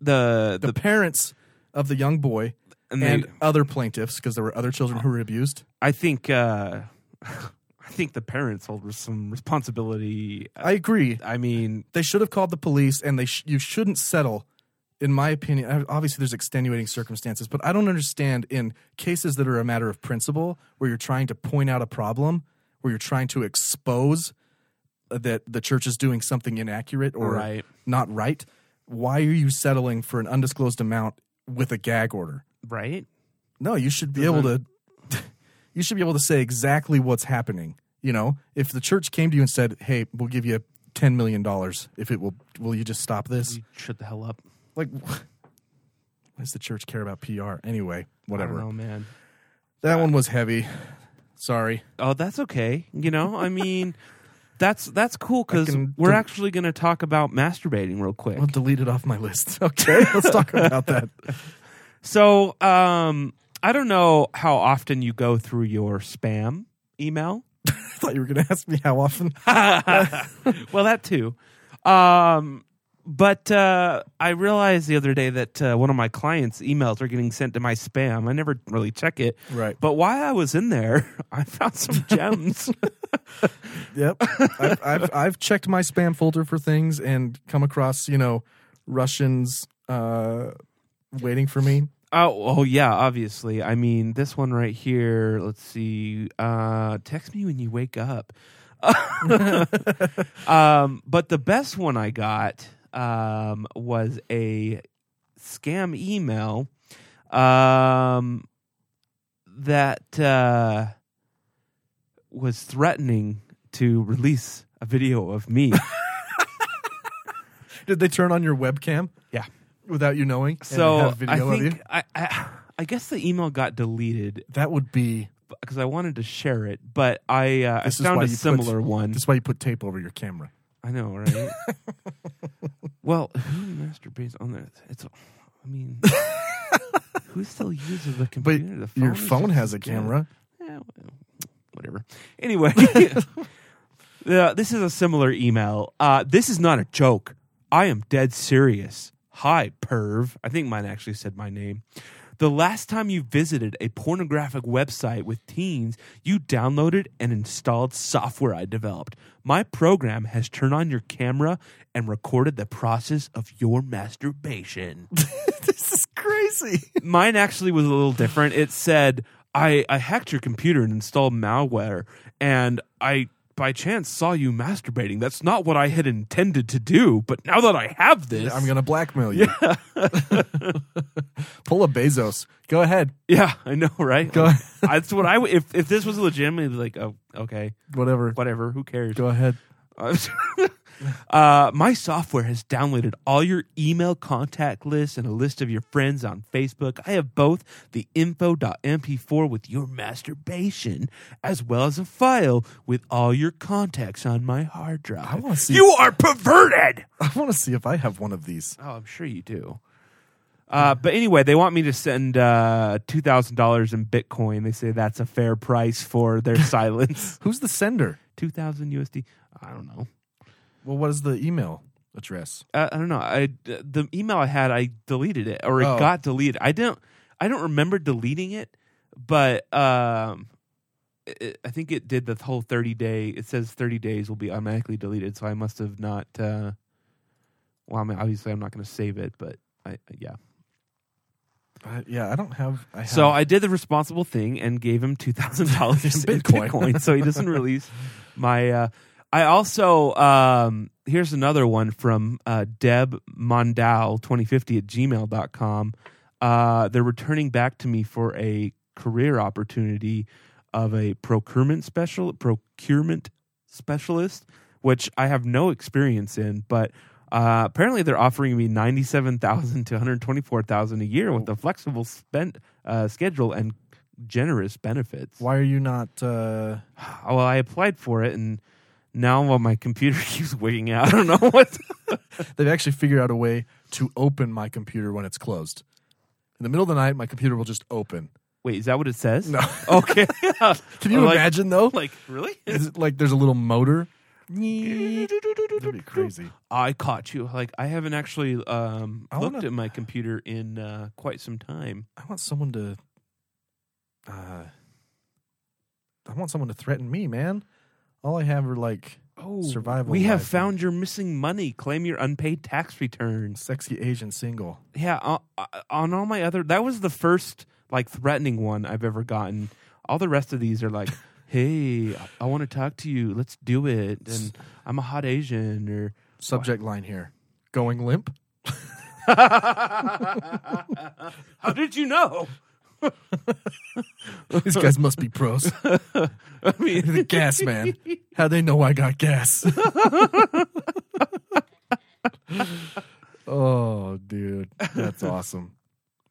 The The, the, parents of the young boy and and, they- Oh. other plaintiffs, because there were other children who were abused. I think uh <laughs> I think the parents hold some responsibility. I agree. I mean, they should have called the police and they sh- you shouldn't settle in my opinion I- obviously there's extenuating circumstances but i don't understand in cases that are a matter of principle where you're trying to point out a problem where you're trying to expose that the church is doing something inaccurate or Right. not right why are you settling for an undisclosed amount with a gag order right? no, you should be able to. <laughs> You should be able to say exactly what's happening. You know, if the church came to you and said, "Hey, we'll give you ten million dollars if it will, will you just stop this?" You shut the hell up. Like, <laughs> why does the church care about PR anyway? I Whatever. don't know, man. That one was heavy. Sorry. Oh, that's okay. You know, I <laughs> mean, that's that's cool I because can we're do- actually going to talk about masturbating real quick. I'll delete it off my list. <laughs> Okay, let's talk about that. So, um, I don't know how often you go through your spam email. I thought you were going to ask me how <laughs> often. well, that too. Um, but uh, I realized the other day that uh, one of my clients' emails are getting sent to my spam. I never really check it. Right. But while I was in there, <laughs> I found some <laughs> gems. Yep. I've, I've I've checked my spam folder for things and come across you know Russians uh, waiting for me. Oh, oh yeah, obviously. I mean, this one right here. Let's see. Uh, text me when you wake up. <laughs> um, but the best one I got um, was a scam email um, that uh, was threatening to release a video <laughs> of me. Did they turn on your webcam? Yeah. Without you knowing? and so have I video of you? think I, I, I guess the email got deleted that would be. because I wanted to share it, but I uh, I This is found why a you put- similar one. That's why you put tape over your camera. I know, right? <laughs> well, who masturbates on there? It's, <laughs> I mean, who still uses the But computer? the your is phone just has as a good. camera. Yeah, Eh, well, whatever. Anyway, <laughs> yeah, this is a similar email. Uh, this is not a joke. I am dead serious. Hi, perv. I think mine actually said my name. The last time you visited a pornographic website with teens, you downloaded and installed software I developed. My program has turned on your camera and recorded the process of your masturbation. this is crazy. Mine actually was a little different. It said, I, I hacked your computer and installed malware, and I by chance saw you masturbating. That's not what I had intended to do, but now that I have this, I'm gonna blackmail you. <laughs> Pull a Bezos. Go ahead. Yeah, I know, right? Go ahead. That's what I would- if if this was legitimately like, oh, okay, Whatever. whatever, who cares? Go ahead. <laughs> <laughs> uh, my software has downloaded all your email contact lists and a list of your friends on Facebook. I have both the info.mp4 with your masturbation as well as a file with all your contacts on my hard drive. I wanna see- You are perverted. I want to see if I have one of these. Oh, I'm sure you do. Uh, but anyway, they want me to send uh, two thousand dollars in Bitcoin. They say that's a fair price <laughs> for their silence. Who's the sender? two thousand USD. I don't know. Well, what is the email address? I, I don't know. I the email I had, I deleted it or it Oh. got deleted. I don't. I don't remember deleting it, but um, it, I think it did the whole thirty day. It says thirty days will be automatically deleted, so I must have not. Uh, well, I mean, obviously, I'm not going to save it, but I yeah. I, yeah, I don't have. I have So I did the responsible thing and gave him two thousand dollars in Bitcoin. Bitcoin. <laughs> so he doesn't release my. Uh, I also um, here's another one from uh, Deb Mondal twenty fifty at gmail.com. Uh, they're returning back to me for a career opportunity of a procurement special procurement specialist, which I have no experience in, but. Uh, apparently they're offering me 97,000 to 124,000 a year with a flexible spend uh, schedule and generous benefits. Why are you not? Uh, Well, I applied for it and now well, my computer <laughs> keeps wigging out. I don't know what. they've actually figured out a way to open my computer when it's closed. In the middle of the night, my computer will just open. <laughs> Wait, is that what it says? No. <laughs> Okay. <laughs> Can you Like- imagine though? Like, Like, really? is it like there's a little motor. That'd <laughs> be crazy. I caught you. Like, I haven't actually um, I looked wanna- at my computer in uh, quite some time. I want someone to. Uh, I want someone to threaten me, man. All I have are like Oh, survival. We have life found and your missing money. Claim your unpaid tax returns. sexy Asian single. Yeah, uh, uh, on all my other that was the first like threatening one I've ever gotten. All the rest of these <laughs> are like, "Hey, I want to talk to you. Let's do it." And I'm a hot Asian or Subject line here: going <laughs> limp. How did you know? These guys must be pros. I mean, the gas man. How they know I got gas? oh, dude, that's awesome.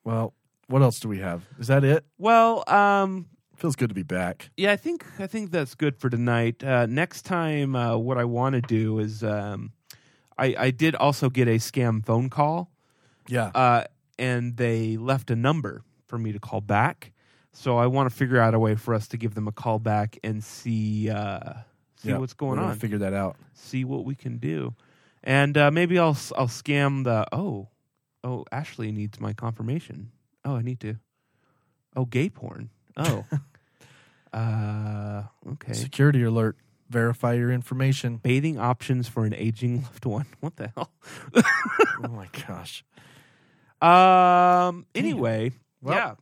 Well, what else do we have? Is that it? well, um Feels good to be back. yeah, I think I think that's good for tonight. Uh next time uh what I want to do is um I I did also get a scam phone call. Yeah. uh, and they left a number for me to call back. So I want to figure out a way for us to give them a call back and see uh, see Yeah, what's going we're gonna on, Figure that out. see what we can do, and uh, maybe I'll s- I'll scam the oh oh Ashley needs my confirmation. Oh, I need to. Oh, gay porn. Oh, uh, okay. Security alert. Verify your information. Bathing options for an aging loved one. <laughs> What the hell? oh my gosh. Um. Anyway, Well, yeah.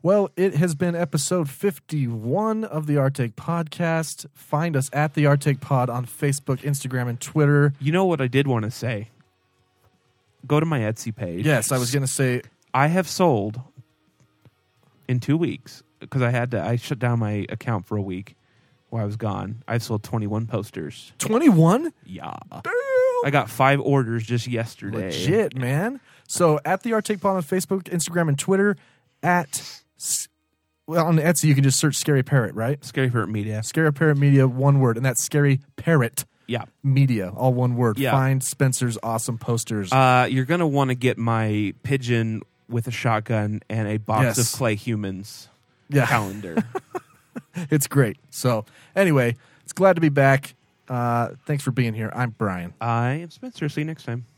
Well, it has been episode 51 of the Artake podcast. Find us at the Artake pod on Facebook, Instagram, and Twitter. You know what I did want to say? Go to my Etsy page. Yes, I was going to say I have sold in two weeks because I had to. I shut down my account for a week while I was gone. I've sold twenty one posters. 21? Yeah, I got five orders just yesterday. Legit, man. So at the Artake Pod on Facebook, Instagram, and Twitter. At s- well on Etsy, you can just search Scary Parrot, right? Scary Hurt Media. Scary Parrot Media, one word, and that's Scary Parrot Yeah. Media, all one word. Yeah. Find Spencer's awesome posters. Uh, you're gonna want to get my pigeon with a shotgun and a box Yes. of clay humans yeah, calendar. <laughs> it's great. So anyway, it's glad to be back. Uh, thanks for being here. I'm Brian. I am Spencer. See you next time.